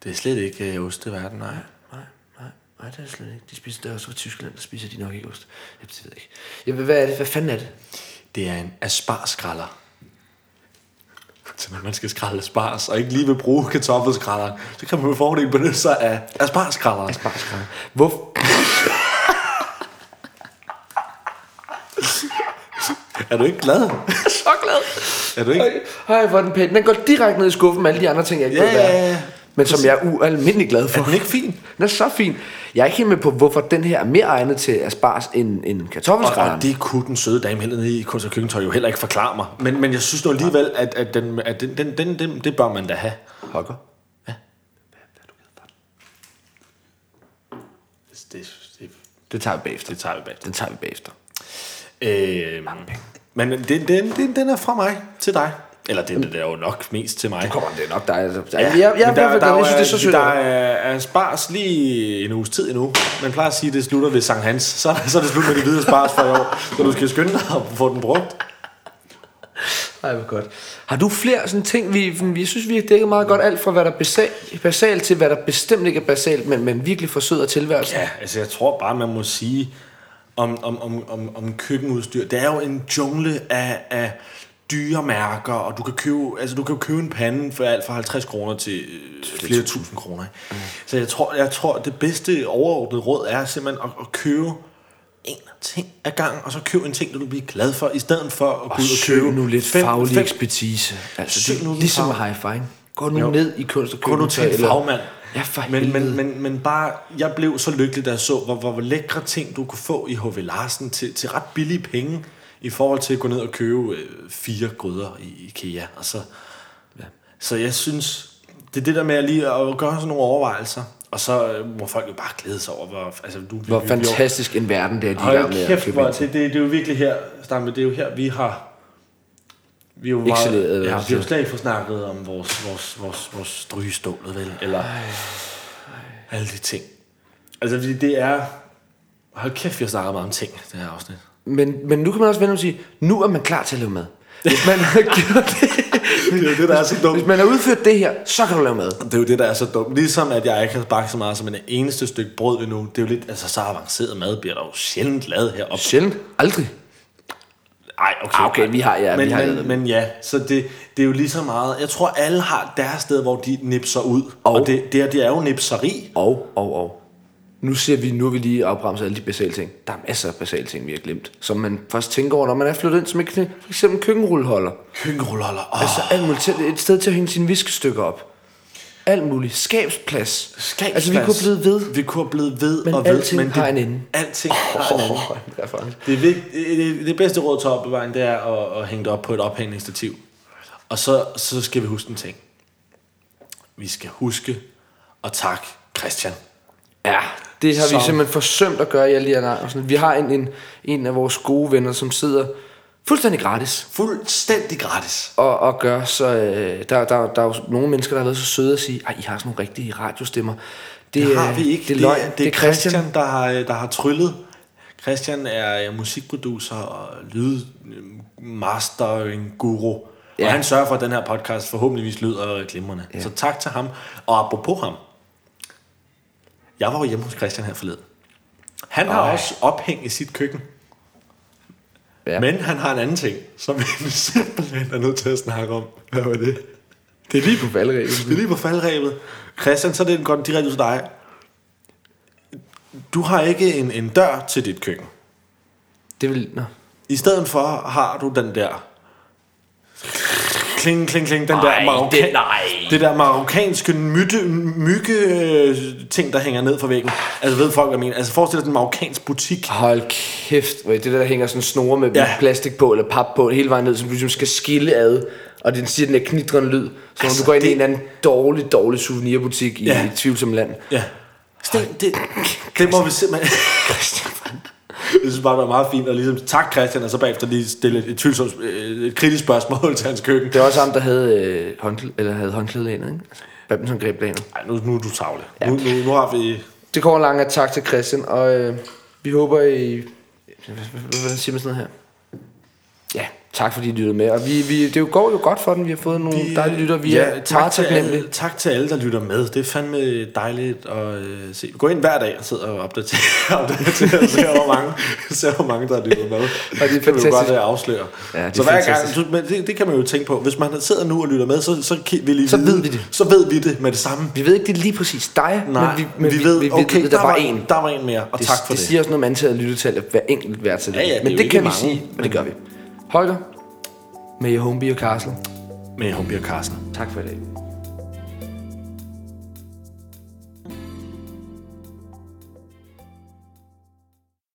Speaker 2: Det er slet ikke øh, ost i verden, nej.
Speaker 1: Nej, nej, nej, det er det slet ikke. De spiser, der er også fra Tyskland, der spiser de nok ikke ost. Jeg ved jeg ikke. Jeg ved, hvad, er det? hvad fanden er det?
Speaker 2: Det er en asparskralder. Så når man skal skrælle aspars, og ikke lige vil bruge kartoffelskralderen, så kan man med fordel benytte sig af asparskralderen.
Speaker 1: Aspargeskramme. Hvor?
Speaker 2: Er du ikke glad?
Speaker 1: så glad.
Speaker 2: Er du ikke?
Speaker 1: Ej, Ej, hvor er den pæn. Den går direkte ned i skuffen med alle de andre ting, jeg ikke
Speaker 2: Ja,
Speaker 1: ved, hvad er.
Speaker 2: ja, ja.
Speaker 1: Men som jeg er ualmindelig glad for.
Speaker 2: Er den ikke fin?
Speaker 1: Den er så fin. Jeg er ikke helt med på, hvorfor den her er mere egnet til asparges end, end
Speaker 2: Og, og
Speaker 1: kartoffelskrælleren.
Speaker 2: det kunne den søde dame heller nede i kunst og køkkentøj jo heller ikke forklare mig. Men, men jeg synes nu alligevel, at, at, den, at den, den, den, den, det bør man da have.
Speaker 1: Hokker.
Speaker 2: Det, det, det,
Speaker 1: Det tager vi bagefter.
Speaker 2: det tager vi bag.
Speaker 1: Den tager vi bagefter.
Speaker 2: Øh, men den, den, den, den er fra mig til dig. Eller den, den er jo nok mest til mig.
Speaker 1: Kommer det er nok dig? Altså. Ja, jeg, jeg, jeg,
Speaker 2: men der-
Speaker 1: jeg,
Speaker 2: der
Speaker 1: jeg,
Speaker 2: jo
Speaker 1: jeg synes, det er så sødt.
Speaker 2: Der er, er spars lige en uges tid endnu. Man plejer at sige, at det slutter ved Sankt Hans. Så, så er det slut med de hvide spars for i år. Så du skal skynde dig at få den brugt.
Speaker 1: Ej, hvor godt. Har du flere sådan ting, vi, vi synes, vi har dækket meget godt alt fra, hvad der er basalt, basalt til, hvad der bestemt ikke er basalt, men, men virkelig forsøder tilværelsen?
Speaker 2: Ja, altså jeg tror bare, man må sige om, om, om, om, om køkkenudstyr. Det er jo en jungle af, af dyremærker, og du kan købe, altså du kan jo købe en pande for alt fra 50 kroner til øh, flere tusind kroner. ikke? Så jeg tror, jeg tror, det bedste overordnede råd er simpelthen at, at købe en ting ad gangen, og så køb en ting, du vil blive glad for, i stedet for at gå ud og købe
Speaker 1: nu lidt
Speaker 2: fem-
Speaker 1: faglig
Speaker 2: fem-
Speaker 1: ekspertise. Altså,
Speaker 2: Søg
Speaker 1: det
Speaker 2: nu
Speaker 1: er
Speaker 2: lidt
Speaker 1: ligesom med
Speaker 2: faglig.
Speaker 1: high fine. Gå nu
Speaker 2: Jo.
Speaker 1: ned i kunst og
Speaker 2: Gå nu til en
Speaker 1: eller-
Speaker 2: fagmand.
Speaker 1: Ja, for
Speaker 2: men, men, men, men bare, jeg blev så lykkelig, da jeg så, hvor, hvor, hvor lækre ting du kunne få i H.V. Larsen til, til ret billige penge, i forhold til at gå ned og købe øh, fire gryder i IKEA. Og så, ja. så jeg synes, det er det der med at lige at gøre sådan nogle overvejelser, Og så øh, må folk jo bare glæde sig over, hvor, altså, du,
Speaker 1: Hvor
Speaker 2: vi- vi-
Speaker 1: fantastisk en verden det er, de er i gang med
Speaker 2: Hold
Speaker 1: at
Speaker 2: kæft,
Speaker 1: købe
Speaker 2: hvor,
Speaker 1: ind
Speaker 2: det,
Speaker 1: til.
Speaker 2: det, det, er jo virkelig her, Stampe, det er jo her, vi har... Vi er jo meget,
Speaker 1: Excelleret, eller hvad
Speaker 2: ja, vi
Speaker 1: man
Speaker 2: har jo
Speaker 1: siger.
Speaker 2: slet ikke fået snakket om vores, vores, vores, vores strygestålet, vel? Eller alle de ting. Altså, fordi det er... Hold kæft, vi har snakket meget om ting, det her afsnit.
Speaker 1: Men, men nu kan man også vende og sige, nu er man klar til at lave mad. Hvis man har gjort det,
Speaker 2: Det er jo det, der er så dumt.
Speaker 1: hvis man har udført det her, så kan du lave mad.
Speaker 2: Det er jo det, der er så dumt. Ligesom at jeg ikke har bagt så meget som en eneste stykke brød endnu. Det er jo lidt, altså så avanceret mad bliver der jo sjældent lavet heroppe.
Speaker 1: Sjældent. Aldrig.
Speaker 2: Ej, okay.
Speaker 1: Ah, okay, vi har- ja,
Speaker 2: men,
Speaker 1: vi har-
Speaker 2: men, men ja, så det, det er jo lige så meget. Jeg tror, alle har deres sted, hvor de nipser ud. Og,
Speaker 1: Og-
Speaker 2: og det, det, her, det er jo nipseri.
Speaker 1: Og, og, og. Nu ser vi, nu er vi lige opremset alle de basale ting. Der er masser af basale ting, vi har glemt, som man først tænker over, når man er flyttet ind, som ikke for eksempel køkkenrulleholder.
Speaker 2: Køkkenrulleholder. Oh,
Speaker 1: Altså
Speaker 2: altså,
Speaker 1: alt muligt. Til- Et sted til at hænge sine viskestykker op. Alt muligt. Skabsplads.
Speaker 2: Skabsplads.
Speaker 1: Altså vi kunne blive ved.
Speaker 2: vi kunne have blevet ved
Speaker 1: Men
Speaker 2: og ved.
Speaker 1: alting har en ende.
Speaker 2: Alting oh, har en ende.
Speaker 1: reference.
Speaker 2: Det, vigt, det, det bedste råd til opbevaring, det er at, at hænge det op på et ophængningsstativ. Og så, så skal vi huske en ting. Vi skal huske at takke Christian.
Speaker 1: Ja, det har
Speaker 2: Som-
Speaker 1: vi simpelthen forsømt at gøre i alle de her navn. Vi har en, en, en af vores gode venner, som sidder fuldstændig gratis
Speaker 2: Fuldstændig gratis.
Speaker 1: og, og gør så... Øh, der, der, der er jo nogle mennesker, der har været så søde at sige, at I har sådan nogle rigtige radiostemmer. Det,
Speaker 2: Det har
Speaker 1: er-
Speaker 2: vi ikke.
Speaker 1: Det er, løgn.
Speaker 2: det, det er Christian, Christian der, har, øh, der har tryllet. Christian er øh, musikproducer og lydmastering guru. Ja.
Speaker 1: Ja.
Speaker 2: Og han sørger for, at den her podcast forhåbentligvis lyder glimrende. Ja. Så tak til ham. Og apropos ham. Jeg var jo hjemme hos Christian her forleden. Han har
Speaker 1: Ej.
Speaker 2: også ophæng i sit køkken. Ja.
Speaker 1: Ja.
Speaker 2: Men han har en anden ting, som vi simpelthen er nødt til at snakke om. Hvad var det?
Speaker 1: Det er lige på valgreglen.
Speaker 2: Det er lige på faldrebet. Christian, så er det godt direkte ud til dig. Du har ikke en, en dør til dit køkken.
Speaker 1: Det vil... Nå.
Speaker 2: I stedet for har du den der... Kling, kling, kling, den der
Speaker 1: Ej,
Speaker 2: marokkan...
Speaker 1: det- nej.
Speaker 2: det der marokkanske mytte, mygge øh, ting, der hænger ned fra væggen. Altså ved folk, hvad jeg mener. Altså forestil dig sådan en marokkansk butik.
Speaker 1: Hold kæft, hvor det der, der hænger sådan en snore med
Speaker 2: Ja.
Speaker 1: ja. plastik på, eller pap på, hele vejen ned, som du ligesom skal skille ad, og den siger den der knitrende lyd, så
Speaker 2: Altså,
Speaker 1: altså, du går ind det... i
Speaker 2: det-
Speaker 1: en eller anden dårlig, dårlig souvenirbutik i
Speaker 2: Ja.
Speaker 1: ja. et tvivlsomt land.
Speaker 2: Ja. Sten, det, det må vi simpelthen... Jeg synes bare, det var meget fint, og ligesom tak Christian, og så bagefter lige stille et, et, tvivlsomt, øh, et kritisk spørgsmål til hans køkken.
Speaker 1: Det var også ham, der havde, øh, håndklæde, eller havde håndklæde ind, ikke? Altså, Badminton greb derinde.
Speaker 2: Ej, nu, nu er du tavle. Ja. Nu, nu, nu har vi...
Speaker 1: Det kommer langt af tak til Christian, og øh, vi håber I... Hvordan siger man sådan noget her? Ja, tak fordi I lyttede med. Og vi, vi, det går jo godt for den. Vi har fået nogle dejlige lytter. Vi ja, er meget
Speaker 2: til
Speaker 1: taknemmelige.
Speaker 2: alle, tak til alle, der lytter med. Det er fandme dejligt at øh, se. Gå ind hver dag og sidde og opdatere, opdatere og se, hvor mange, se, hvor mange der har lyttet med. Og det
Speaker 1: fantastisk.
Speaker 2: godt øh, afsløre.
Speaker 1: Ja, det er
Speaker 2: så hver
Speaker 1: fantastisk.
Speaker 2: gang, du, men det, det, kan man jo tænke på. Hvis man sidder nu og lytter med, så, så kan vi lige
Speaker 1: Så
Speaker 2: vide,
Speaker 1: ved vi det.
Speaker 2: Så ved vi det med det samme.
Speaker 1: Vi ved ikke, det er lige præcis dig,
Speaker 2: Nej,
Speaker 1: men vi, men vi, vi ved,
Speaker 2: okay,
Speaker 1: vi ved, der, der var en.
Speaker 2: Der var en mere, og
Speaker 1: Det,
Speaker 2: tak for det.
Speaker 1: det siger også noget om antallet af lyttetal, at hver enkelt hvert til
Speaker 2: Ja, ja, det er jo
Speaker 1: Men det
Speaker 2: ikke
Speaker 1: kan vi
Speaker 2: mange,
Speaker 1: sige, men det gør vi. Holger, med Homeby og Castle.
Speaker 2: Med Humbjerg Carsten.
Speaker 1: Tak for i dag.